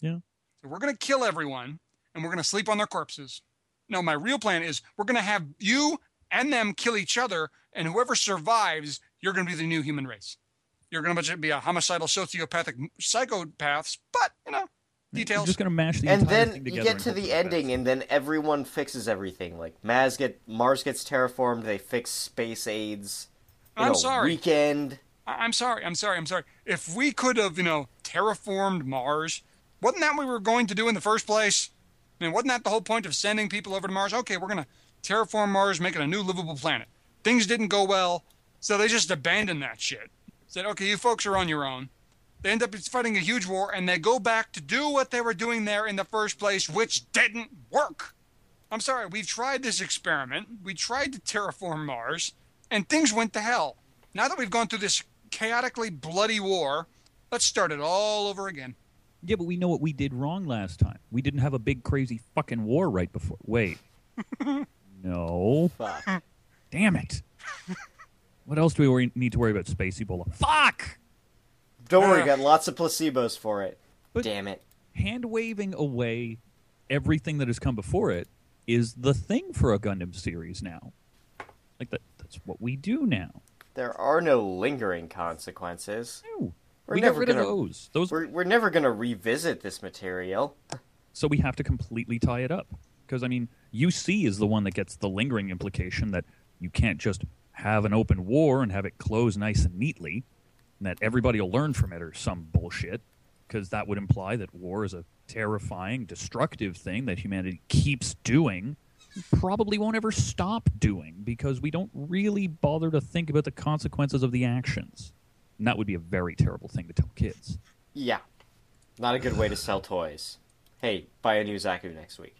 Yeah.
So we're going to kill everyone, and we're going to sleep on their corpses. No, my real plan is we're going to have you and them kill each other, and whoever survives, you're going to be the new human race. You're going to be a homicidal sociopathic psychopaths, but, you know,
We're
details.
just gonna mash the
and
entire
then
thing
you
together
get
and
to
hope for
the
best.
ending, and then everyone fixes everything. Like Maz get Mars gets terraformed, they fix space aids. you
I'm
know,
sorry.
Weekend.
I- I'm sorry. I'm sorry. I'm sorry. If we could have, you know, terraformed Mars, wasn't that what we were going to do in the first place? I mean, wasn't that the whole point of sending people over to Mars? Okay, we're going to terraform Mars, make it a new livable planet. Things didn't go well, so they just abandoned that shit. Said, okay, you folks are on your own. They end up fighting a huge war, and they go back to do what they were doing there in the first place, which didn't work. I'm sorry, we've tried this experiment. We tried to terraform Mars, and things went to hell. Now that we've gone through this chaotically bloody war, let's start it all over again.
Yeah, but we know what we did wrong last time. We didn't have a big crazy fucking war right before.
<laughs>
Wait. no.
<laughs>
Fuck.
Damn it. What else do we worry- need to worry about? Space Ebola. Fuck.
Don't worry,
Ugh.
got lots of placebos for it.
But-
Damn it.
Hand waving away everything that has come before it is the thing for a Gundam series now. Like that. That's what we do now.
There are no lingering consequences.
No.
We're
we
never
got rid
gonna-
of those. Those
We're, we're never going to revisit this material.
so we have to completely tie it up because i mean uc is the one that gets the lingering implication that you can't just have an open war and have it close nice and neatly and that everybody will learn from it or some bullshit because that would imply that war is a terrifying destructive thing that humanity keeps doing and probably won't ever stop doing because we don't really bother to think about the consequences of the actions and that would be a very terrible thing to tell kids
Yeah. Not a good way to sell toys. Hey, buy a new Zaku next week.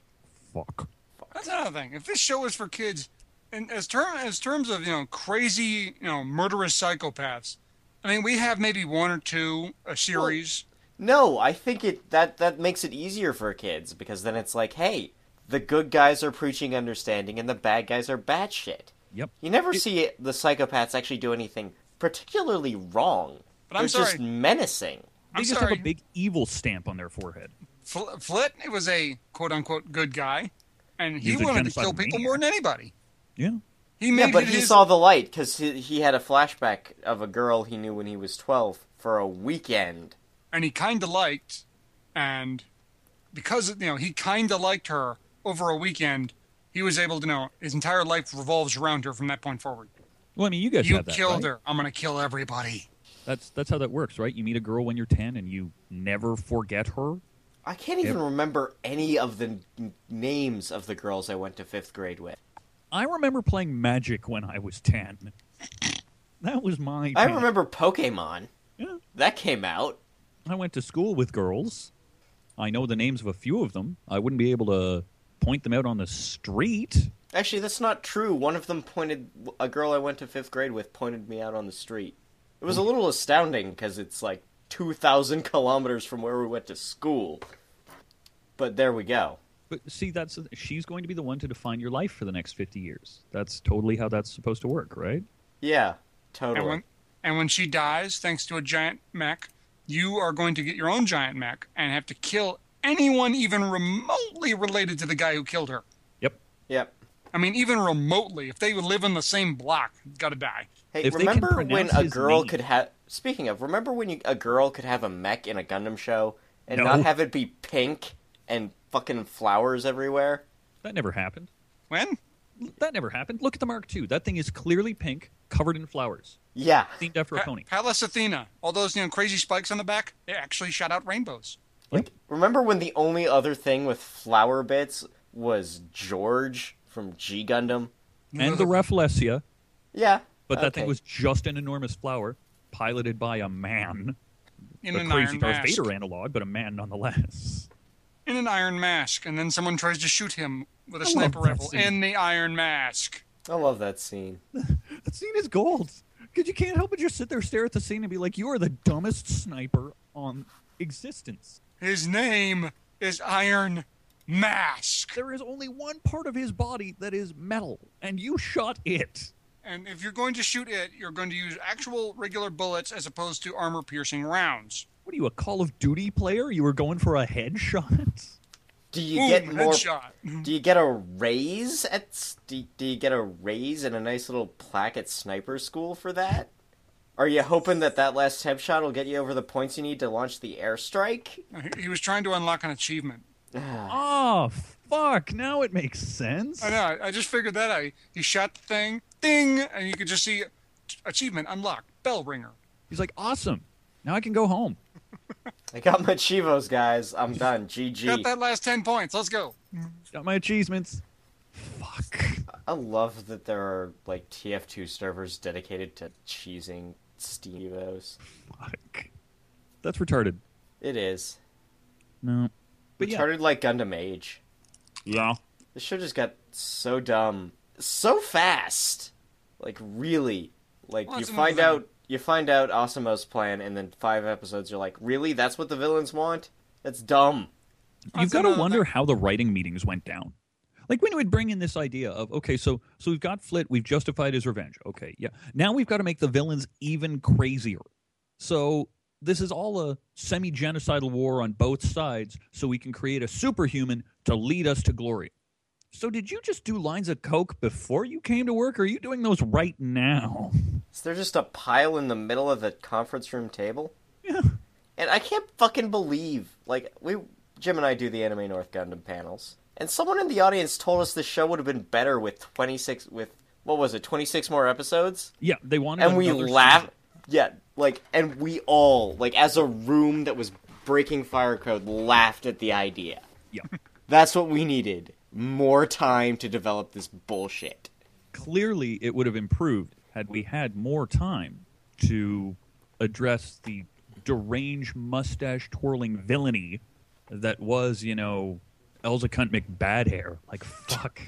fuck.
That's another thing. If this show is for kids, and as term as terms of you know crazy you know murderous psychopaths, I mean we have maybe one or two a series.
No, I think it that that makes it easier for kids because then it's like, hey, the good guys are preaching understanding and the bad guys are bad shit.
Yep.
You never see the psychopaths actually do anything particularly wrong.
But I'm
They're just
sorry.
menacing.
They
I'm
just
sorry,
have a big evil stamp on their forehead.
Fl- Flit it was a quote unquote good guy, and he
He's a
wanted to
genocidal
kill people
maniac.
more than anybody.
Yeah.
He made
yeah, but
it
he
his-
saw the light because he, he had a flashback of a girl he knew when he was 12 for a weekend.
and he kind of liked, and because you know he kind of liked her over a weekend, he was able to know his entire life revolves around her from that point forward.
Well, I mean, you guys
You
have that.
killed
right?
her. I'm gonna kill everybody.
That's that's how that works, right? You meet a girl when you're ten, and you never forget her.
I can't even remember any of the n- names of the girls I went to fifth grade with.
I remember playing Magic when I was ten. That was my.
I
thing.
Hmm.
remember Pokemon.
Yeah.
That came out.
I went to school with girls. I know the names of a few of them. I wouldn't be able to point them out on the street.
Actually, that's not true. One of them pointed, a girl I went to fifth grade with pointed me out on the street. It was a
Hmm.
little astounding because it's like 2,000 <laughs> kilometers from where we went to school. But there we go.
But see, that's she's going to be the one to define your life for the next fifty years. That's totally how that's supposed to work, right?
Yeah,
And
totally.
when and when she dies, thanks to a giant mech, you are going to get your own giant mech and have to kill anyone even remotely related to the guy who killed her.
Yep.
Yep.
I mean, even remotely, if they live in the same block, gotta die.
Hey,
If they can
remember when
pronounce
a
his
girl
name.
could have. Speaking of, remember when you, a girl could have a mech in a Gundam show and
No.
not have it be pink and fucking flowers everywhere?
That never happened.
When?
That never happened. Look at the Mark II. That thing is clearly pink, covered in flowers,
Yeah.
themed after a
Pa-
pony.
Pallas Athena. All those you know crazy spikes on the back, they actually shot out rainbows.
Like,
Remember when the only other thing with flower bits was George from G Gundam?
and the Rafflesia,
Yeah.
but that
okay.
thing was just an enormous flower, piloted by a man,
In
a
an
crazy
iron
Darth
mask.
Vader analog, but a man nonetheless. <laughs>
In an iron mask, and then someone tries to shoot him with a
love
sniper
that
rifle
scene.
in the iron mask.
I love that scene.
That scene is gold. Because you can't help but just sit there, stare at the scene, and be like, "You are the dumbest sniper on existence."
His name is Iron Mask.
There is only one part of his body that is metal, and you shot it.
And if you're going to shoot it, you're going to use actual regular bullets as opposed to armor piercing rounds.
What are you, a Call of Duty player? You were going for a headshot? <laughs>
Do you
Boom,
get more?
headshot. <laughs>
Do you get a raise at? s- Do, do you get a raise and a nice little plaque at sniper school for that? Are you hoping that that last headshot will get you over the points you need to launch the airstrike?
He- He was trying to unlock an achievement.
Oh, fuck. Now it makes sense.
I know. I- I just figured that out. He shot the thing, ding, and you could just see achievement unlocked, bell ringer.
He's like, awesome. Now I can go home.
I got my chivos, guys. I'm done.
Got
GG.
that last ten points. Let's go.
Got my achievements. Fuck.
<laughs>
I love that there are like TF2 servers dedicated to cheesing Steevos.
Fuck. That's retarded.
It is.
No. But
But
yeah.
Started like Gundam Age.
Yeah.
This show just got so dumb, so fast. Like really, like
Well,
you
that's
find
another thing.
out you find out Asamo's plan, and then five episodes you're like, really? That's what the villains want? That's dumb.
You've
That's
got to
another
wonder
thing.
how the writing meetings went down. Like when you would bring in this idea of okay, so so we've got Flit, we've justified his revenge. Okay, yeah. Now we've got to make the villains even crazier. So this is all a semi-genocidal war on both sides, so we can create a superhuman to lead us to glory. So did you just do lines of coke before you came to work? Or are you doing those right now? <laughs>
Is there just a pile in the middle of the conference room table?
Yeah.
And I can't fucking believe like we Jim and I do the Anime North Gundam panels, and someone in the audience told us the show would have been better with 26 with what was it 26 more episodes?
Yeah, they wanted
and we
another
laugh
season.
yeah like and we all like as a room that was breaking fire code laughed at the idea
Yeah.
<laughs> that's what we needed more time to develop this bullshit
clearly it would have improved had we had more time to address the deranged mustache twirling villainy that was, you know, Elza Cunt McBad hair. Like fuck.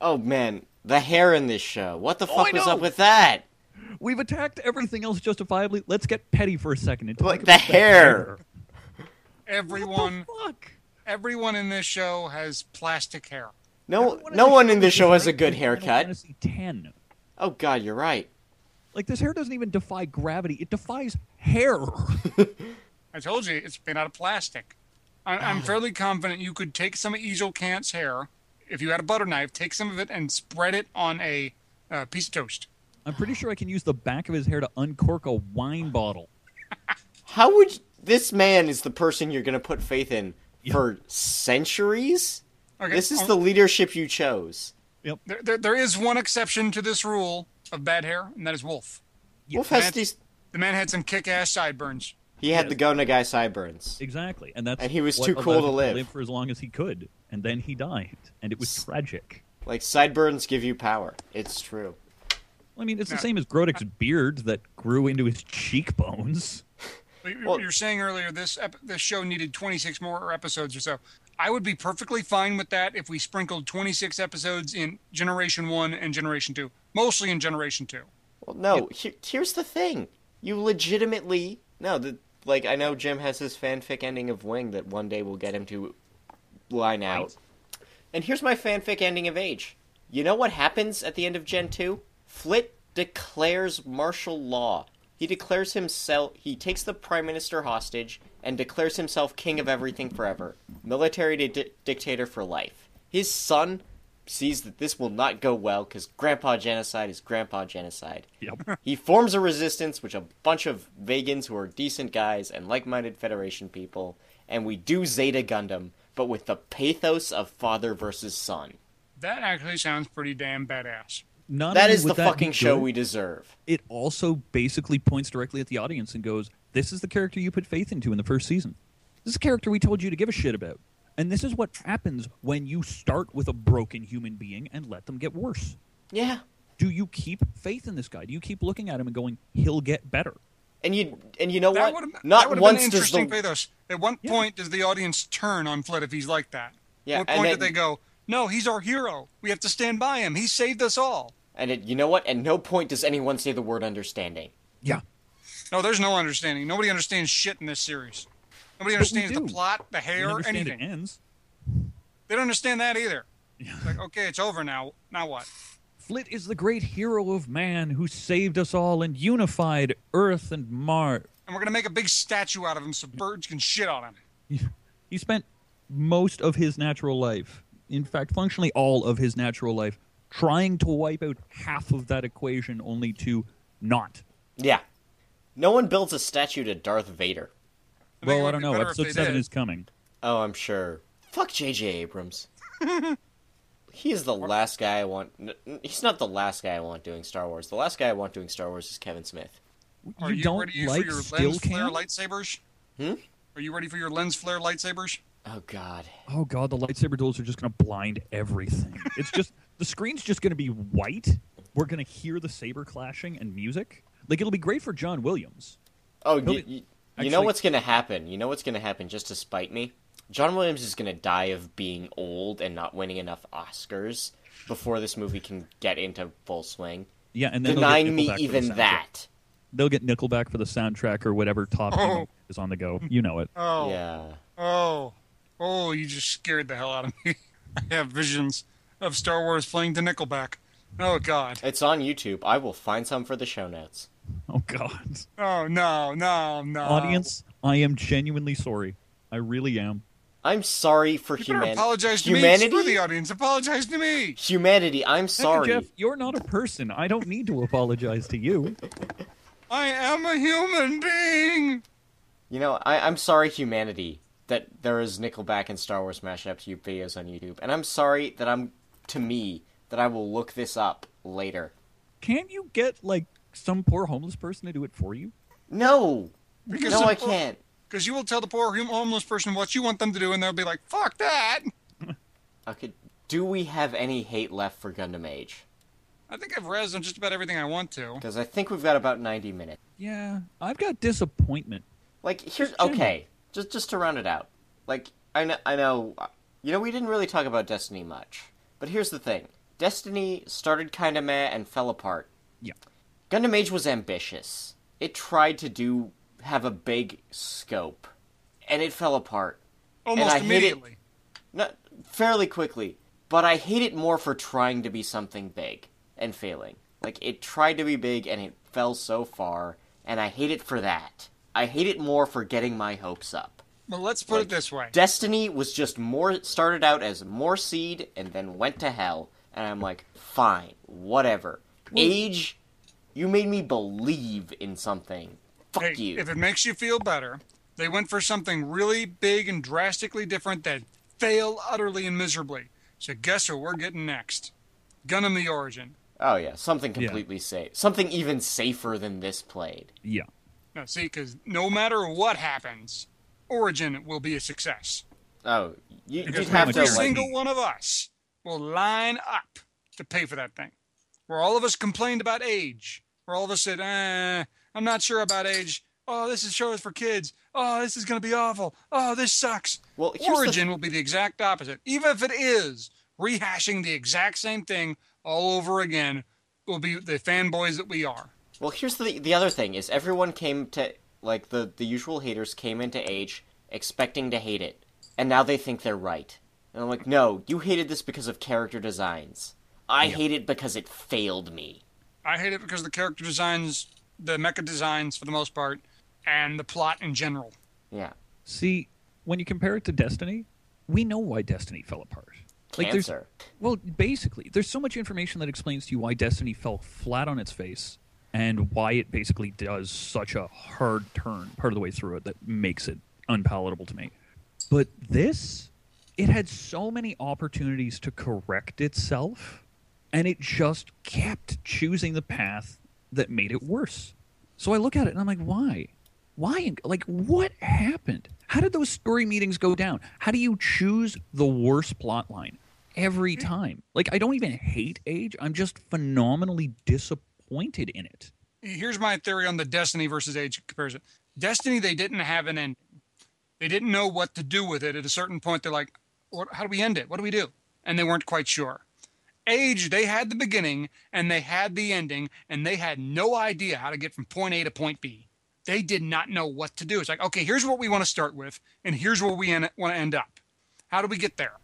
Oh man, the hair in this show. What the
I
fuck was
know.
up with that?
<laughs> We've attacked everything else justifiably. Let's get petty for a second and talk
Like the
about that
hair.
Everyone,
What the fuck?
everyone in this show has plastic hair.
No,
Everyone
no
the
one in this
is
show has a
raised
good
in Final
haircut.
Fantasy ten.
Oh god, you're right.
Like this hair doesn't even defy gravity. It defies
<laughs>
hair.
I told you it's made out of plastic. I, I'm fairly confident you could take some of Ezel Kant's hair, if you had a butter knife, take some of it and spread it on a uh, piece of toast.
I'm pretty sure I can use the back of his hair to uncork a wine bottle.
How would you- this man is the person you're going to put faith in for centuries?
Okay,
This is
on-
the leadership you chose.
There, there, there is one exception to this rule of bad hair, and that is Wolf.
Wolf has
that's-
these.
The man had some kick-ass sideburns.
He had the Go Nagai sideburns.
Exactly, and that's
And he was
what
too cool
allowed
to
him
live.
live for as long as he could, and then he died, and it was tragic.
Like sideburns give you power. It's true.
I mean, it's the
No.
same as Grodek's beard that grew into his cheekbones.
You- you-
Well-
You're saying earlier this ep- this show needed 26 more episodes or so. I would be perfectly fine with that if we sprinkled 26 episodes in Generation One and Generation Two, mostly in Generation Two.
Well, no. Here, here's the thing. You legitimately no. The, like I know Jim has his fanfic ending of Wing that one day will get him to line out. And here's my fanfic ending of Age. You know what happens at the end of Gen two? Flit declares martial law. He declares himself. He takes the prime minister hostage and declares himself king of everything forever, military di- dictator for life. His son sees that this will not go well because grandpa genocide is grandpa genocide.
Yep.
He forms a resistance, which a bunch of vegans who are decent guys and like minded Federation people, and we do Zeta Gundam, but with the pathos of father versus son.
That actually sounds pretty damn badass.
Not
That
only
is
would
the
that be
fucking show
good,
we deserve.
It also basically points directly at the audience and goes, "This is the character you put faith into in the first season. This is a character we told you to give a shit about, and this is what happens when you start with a broken human being and let them get worse."
Yeah.
do you keep faith in this guy? Do you keep looking at him and going, he'll get better?
And you and you know
That
what?
would
Not
have been
once
an
does
interesting
the
pathos. At one
Yeah.
point, does the audience turn on Flit if he's like that?
Yeah,
What
and
point
then-
did they go? No, he's our hero. We have to stand by him. He saved us all.
and it, you know what? At no point does anyone say the word understanding.
Yeah.
No, there's no understanding. Nobody understands shit in this series. Nobody
But we
understands the
do.
plot, the
We
hair,
understand
anything.
it ends.
They don't understand that either. It's like, okay, it's over now. Now what?
Flit is the great hero of man who saved us all and unified Earth and Mars.
And we're gonna make a big statue out of him so birds can shit on him.
He spent most of his natural life, in fact, functionally all of his natural life, trying to wipe out half of that equation only to not.
Yeah. No one builds a statue to Darth Vader.
I think it
well, I
would
don't
be
know.
better if
Episode
they
7
did.
is coming.
Oh, I'm sure. Fuck J.J.
<laughs>
Abrams. he is the last guy I want. n- n- He's not the last guy I want doing Star Wars. The last guy I want doing Star Wars is Kevin Smith.
Are
you
you,
don't
ready
like
for your
still
lens flare
cam?
lightsabers?
Hmm?
Are you ready for your lens flare lightsabers?
Oh God.
Oh god, the lightsaber duels are just going to blind
<laughs>
everything. It's just the screen's just going to be white. We're going to hear the saber clashing and music. Like it'll be great for John Williams.
Oh,
He'll
you,
be-
you, you know
actually-
what's gonna happen? You know what's gonna happen just to spite me? John Williams is gonna die of being old and not winning enough Oscars before this movie can get into full swing.
Yeah, and then they'll get
Denying me
Nickelback for the
even
soundtrack.
that.
They'll get Nickelback for the soundtrack or whatever top
Oh.
thing is on the go. You know it.
Oh,
Yeah.
oh, oh! You just scared the hell out of me. <laughs> I have visions of Star Wars playing to Nickelback. Oh God!
It's on YouTube. I will find some for the show notes.
Oh god.
Oh no, no,
Oh.
no!
Audience, I am genuinely sorry. I really am.
I'm sorry for
you better
humanity.
apologize to
humanity.
me. Screw the audience. Apologize to me.
Humanity, I'm sorry.
Jeff, you're not a person. I don't need to apologize to you.
I am a human being.
You know, I, I'm sorry, humanity, that there is Nickelback and Star Wars mashups you videos on YouTube, and I'm sorry that I'm to me that I will look this up later.
Can't you get like some poor homeless person to do it for you?
No,
Because
no,
the
I
poor-
can't.
Because you will tell the poor hum- homeless person what you want them to do, and they'll be like, "Fuck that."
Okay, do we have any hate left for Gundam Age?
I think I've rezzed on just about everything I want to.
Because I think we've got about 90 minutes.
Yeah, I've got disappointment.
Like here's okay, just just to round it out. Like I know I know You know, we didn't really talk about Destiny much. But here's the thing Destiny started kinda meh and fell apart.
Yeah.
Gundam Age was ambitious. It tried to do have a big scope, and it fell apart.
Almost
I hate it.
immediately.
Not fairly quickly, but I hate it more for trying to be something big and failing. Like it tried to be big and it fell so far, and I hate it for that. I hate it more for getting my hopes up.
Well, let's put it this way.
Destiny was just more started out as more seed and then went to hell, and I'm like, fine, whatever. Age, you made me believe in something. Fuck
Hey,
you.
if it makes you feel better, they went for something really big and drastically different that failed utterly and miserably. So guess what we're getting next? Gundam the Origin.
Oh yeah, something completely safe, something even safer than this played.
Yeah.
Now, see, because no matter what happens, Origin will be a success.
Oh, you,
Because
you'd have to
pretty
every
much
like,
single one of us will line up to pay for that thing. Where all of us complained about age. Where all of us said, eh, I'm not sure about age. Oh, this is show is for kids. Oh, this is going to be awful. Oh, this sucks.
Well, here's the-
Origin will be the exact opposite. Even if it is rehashing the exact same thing all over again, will be the fanboys that we are.
Well, here's the the other thing is everyone came to like the the usual haters came into Age expecting to hate it, and now they think they're right. And I'm like, no, you hated this because of character designs. I hate it because it failed me.
I hate it because the character designs, the mecha designs for the most part, and the plot in general.
Yeah,
See, when you compare it to Destiny, we know why Destiny fell apart. there's
cancer.
well, basically, there's so much information that explains to you why Destiny fell flat on its face and why it basically does such a hard turn part of the way through it that makes it unpalatable to me. But this, it had so many opportunities to correct itself, and it just kept choosing the path that made it worse. So I look at it and I'm like, why? Why? in- Like, what happened? How did those story meetings go down? How do you choose the worst plot line every time? Like, I don't even hate Age. I'm just phenomenally disappointed in it. <laughs>
here's my theory on the Destiny versus Age comparison. Destiny, they didn't have an ending. They didn't know what to do with it. At a certain point, they're like, what, "How do we end it? What do we do?" And they weren't quite sure. Age, they had the beginning and they had the ending, and they had no idea how to get from point A to point B. They did not know what to do. It's like, okay, here's what we want to start with, and here's where we en- want to end up. How do we get there?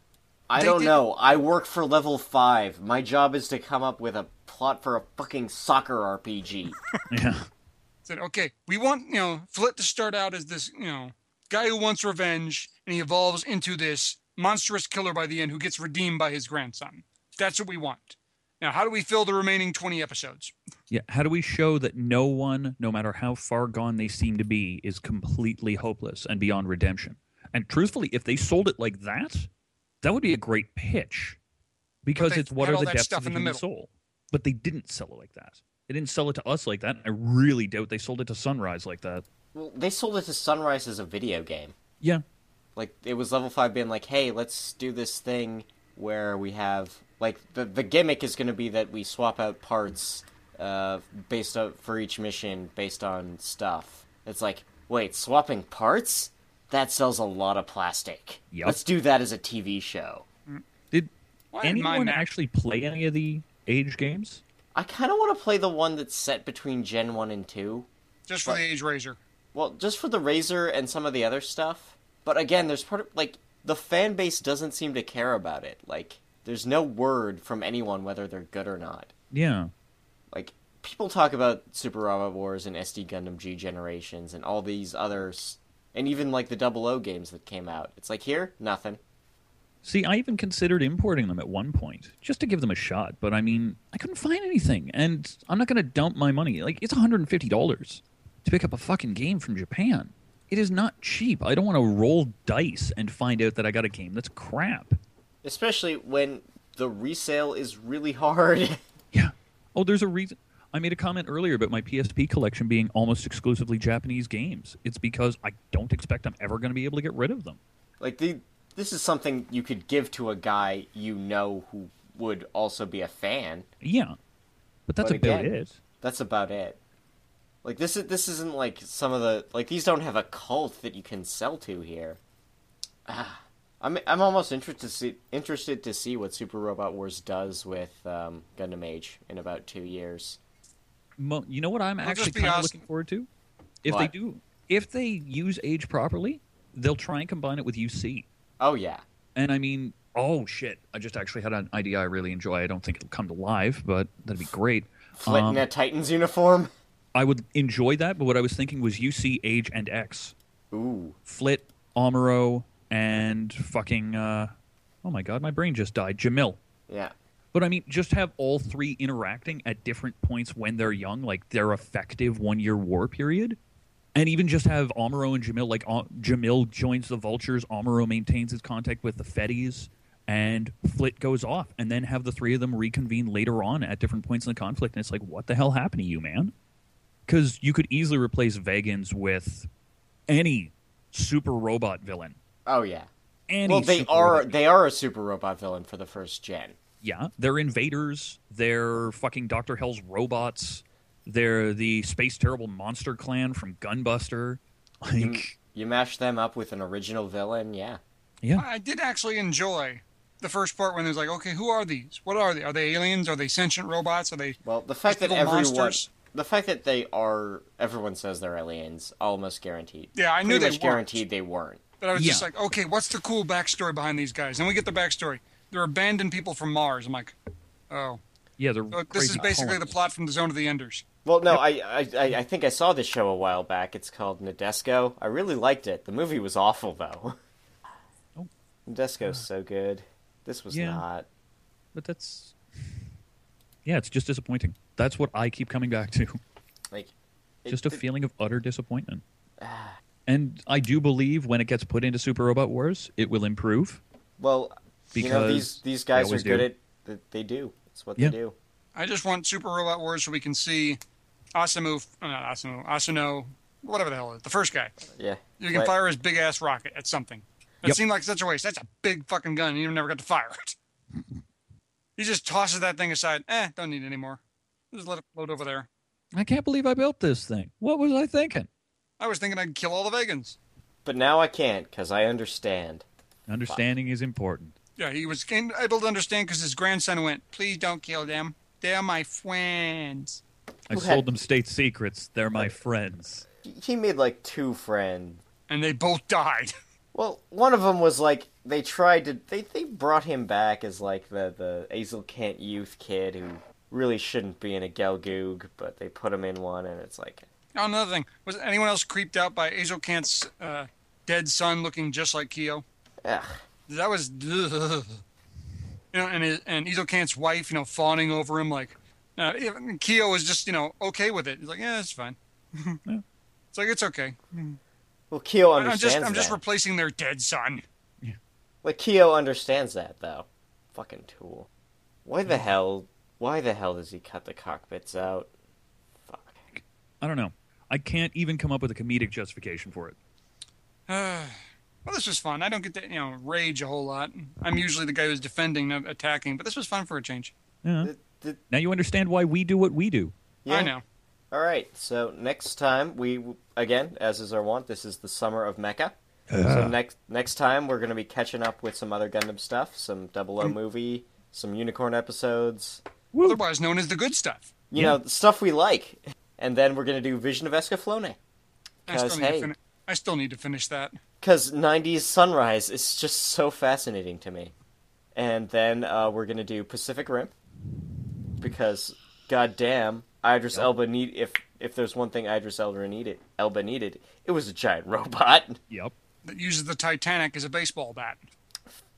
I
They
don't
did-
know. I work for level five. My job is to come up with a plot for a fucking soccer RPG.
Yeah.
said, okay, we want, you know, Flit to start out as this, you know, guy who wants revenge and he evolves into this monstrous killer by the end who gets redeemed by his grandson. That's what we want. Now, how do we fill the remaining 20 episodes?
Yeah. How do we show that no one, no matter how far gone they seem to be, is completely hopeless and beyond redemption? And truthfully, if they sold it like that, that would be a great pitch because
they
it's what
had
are
all
the
that
depths
stuff
of the
in the
human
middle.
soul. But they didn't sell it like that. They didn't sell it to us like that. I really doubt they sold it to Sunrise like that.
well, they sold it to Sunrise as a video game.
Yeah.
like it was level five being like, hey, let's do this thing where we have like the the gimmick is going to be that we swap out parts uh, based on for each mission based on stuff. It's like, wait, swapping parts that sells a lot of plastic.
Yep.
Let's do that as a TV show.
Did
Why didn't mine
anyone
match?
actually play any of the age games?
I kind of want to play the one that's set between Gen one and two.
Just for the Age Razor.
Well, just for the Razor and some of the other stuff. But again, there's part of like the fan base doesn't seem to care about it. Like there's no word from anyone whether they're good or not.
Yeah.
Like people talk about Super Robot Wars and SD Gundam G Generations and all these others and even like the Double O games that came out. It's like here, nothing.
See, I even considered importing them at one point just to give them a shot, but I mean, I couldn't find anything, and I'm not going to dump my money. Like, it's $150 to pick up a fucking game from Japan. It is not cheap. I don't want to roll dice and find out that I got a game that's crap.
Especially when the resale is really <laughs> hard.
Yeah. Oh, there's a reason. I made a comment earlier about my PSP collection being almost exclusively Japanese games. It's because I don't expect I'm ever going to be able to get rid of them.
Like the this is something you could give to a guy you know who would also be a fan.
Yeah. But that's
But
about
again-
it.
That's about it. Like this is this isn't like some of the like these don't have a cult that you can sell to here. Ah, I'm I'm almost interested to see interested to see what Super Robot Wars does with um, Gundam Age in about two years.
Mo- you know what I'm actually
just be
kind of
asking-
looking forward to? If
What?
they do, if they use age properly, they'll try and combine it with UC.
Oh yeah,
And I mean, oh shit! I just actually had an idea I really enjoy. I don't think it'll come to life, but that'd be great.
Flit
Um,
in a Titan's
<laughs>
uniform.
I would enjoy that, but what I was thinking was UC, Age, and X.
Ooh,
Flit, Amuro, and fucking. Uh, oh my god, my brain just died. Jamil.
yeah.
But I mean, just have all three interacting at different points when they're young, like their effective one year war period. And even just have Amuro and Jamil, like uh, Jamil joins the Vultures, Amuro maintains his contact with the Fetties, and Flit goes off. And then have the three of them reconvene later on at different points in the conflict. And it's like, what the hell happened to you, man? Because you could easily replace Vegans with any super robot villain.
Oh yeah.
Any
Well, they
super
are
robot
they are a Super Robot villain for the first gen.
Yeah, they're invaders. They're fucking Doctor Hell's robots. They're the space terrible monster clan from Gunbuster. Like,
You mash them up with an original villain, yeah.
yeah,
I I did actually enjoy the first part when there's like, okay, who are these? What are they? Are they aliens? Are they sentient robots? Are they?
Well, the fact that
Little
everyone,
monsters.
the fact that they are, everyone says they're aliens, almost guaranteed.
Yeah, I knew
Pretty
they
much
weren't.
guaranteed they weren't.
But I was just
Yeah.
like, okay, what's the cool backstory behind these guys? And we get the backstory. They're abandoned people from Mars. I'm like, oh,
yeah. They're
So this
crazy
is basically the
colonists.
plot from the Zone of the Enders.
Well, no, I, I, I I think I saw this show a while back. It's called Nadesco. I really liked it. The movie was awful though.
Oh.
Nadesco's so good. This was
Yeah.
not.
But that's yeah, it's just disappointing. That's what I keep coming back to. <laughs>
Like, it- Ah.
Just a
it-
feeling of utter disappointment. And I do believe when it gets put into Super Robot Wars, it will improve.
Well, you know
because
these these
they
guys are
always
good
do.
at th- they do. It's what
Yeah.
they do.
I just want Super Robot Wars so we can see Asamu, uh, not Asamu, Asano, whatever the hell it is, the first guy.
Yeah.
You can
But-
fire his big ass rocket at something. That
Yep.
seemed like such a waste. That's a big fucking gun. and You never got to fire it. <laughs> he just tosses that thing aside. Eh, don't need it anymore. Just let it float over there.
I can't believe I built this thing. What was I thinking?
I was thinking I'd kill all the vegans.
But now I can't because I understand.
Understanding is important.
Yeah, he was in- able to understand because his grandson went, "Please don't kill them. They're my friends."
I
Who had-
sold them state secrets. They're my friends.
He made like two friends.
And they both died.
Well, one of them was like they tried to they they brought him back as like the the Azel Kent youth kid who really shouldn't be in a Gelgoog, but they put him in one, and it's like
Oh, another thing was anyone else creeped out by Azokant's uh, dead son looking just like Keo?
ugh.
That was, <laughs> ugh. you know, and his, and Azokant's wife, you know, fawning over him like, uh, even Keo was just you know okay with it. He's like, yeah, it's fine. <laughs> It's like it's okay.
Well, Keo
I'm
understands
just I'm just
that.
replacing their dead son. <sighs>
like Keo understands that though. Fucking tool. Why
Hmm.
the hell? Why the hell does he cut the cockpits out? Fuck.
I don't know. I can't even come up with a comedic justification for it.
Well, this was fun. I don't get to you know rage a whole lot. I'm usually the guy who's defending, not attacking, but this was fun for a change.
Yeah.
Th- th-
Now you understand why we do what we do.
yeah.
I know.
All right. So next time we again, as is our wont, this is the summer of Mecha. So next next time we're going to be catching up with some other Gundam stuff, some Double O movie, some Unicorn episodes,
Otherwise known as the good stuff.
you know, the stuff we like, and then we're going to do Vision of Escaflowne
I still,
'Cause,
need
hey.
to fini- I still need to finish that.
because '90s Sunrise is just so fascinating to me. And then uh, we're going to do Pacific Rim because, goddamn, Idris Elba need if if there's one thing Idris Elba needed, Elba needed, it was a giant <laughs> robot.
Yep.
That uses the Titanic as a baseball bat.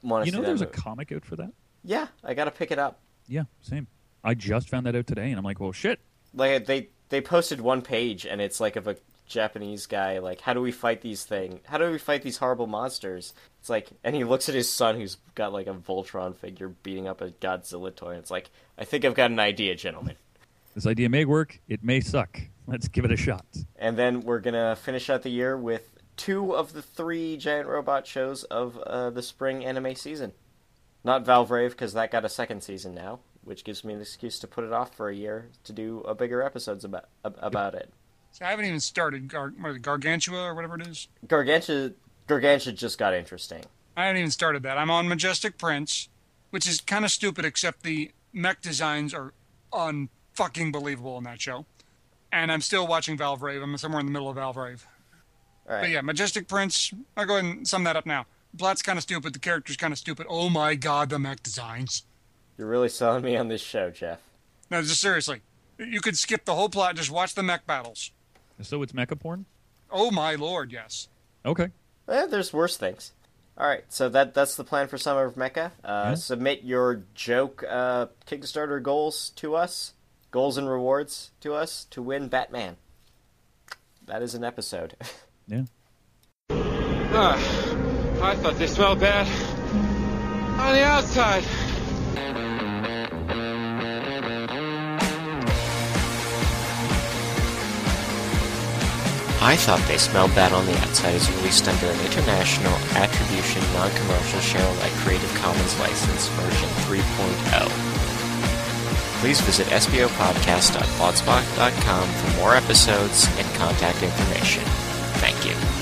Want
You know, there's a
movie.
comic out for that.
yeah. I got to pick it up.
Yeah, same. I just found that out today, and I'm like, well, shit.
like they they posted one page and it's like of a Japanese guy like how do we fight these thing how do we fight these horrible monsters it's like and he looks at his son who's got like a Voltron figure beating up a Godzilla toy and it's like I think I've got an idea gentlemen
This idea may work. It may suck. Let's give it a shot.
and then we're gonna finish out the year with two of the three giant robot shows of uh, the spring anime season not Valvrave because that got a second season now which gives me an excuse to put it off for a year to do a bigger episodes about ab- about it
So I haven't even started Gar- what is it, Gargantua or whatever it is.
Gargantua Gargantua just got interesting.
I I haven't even started that. I'm on Majestic Prince, which is kind of stupid, except the mech designs are unfucking believable in that show. And I'm still watching Valve Rave. I'm somewhere in the middle of Valve Rave.
All right.
But yeah, Majestic Prince. I'll go ahead and sum that up now. Blatt's kind of stupid. The character's kind of stupid. Oh my god, the mech designs.
You're really selling me on this show, Jeff.
No, just seriously. You could skip the whole plot, just watch the mech battles.
So it's mecha porn?
Oh my lord, yes.
Okay.
Eh, there's worse things. All right, so that that's the plan for Summer of Mecha. Uh, Submit your joke uh, Kickstarter goals to us, goals and rewards to us to win Batman. That is an episode. <laughs>
Yeah.
Ah, I thought they smelled bad on the outside.
I thought they smelled bad on the outside is released under an international attribution non-commercial share alike Creative Commons license version 3.0. Please visit sbopodcast.blogspot.com for more episodes and contact information. Thank you.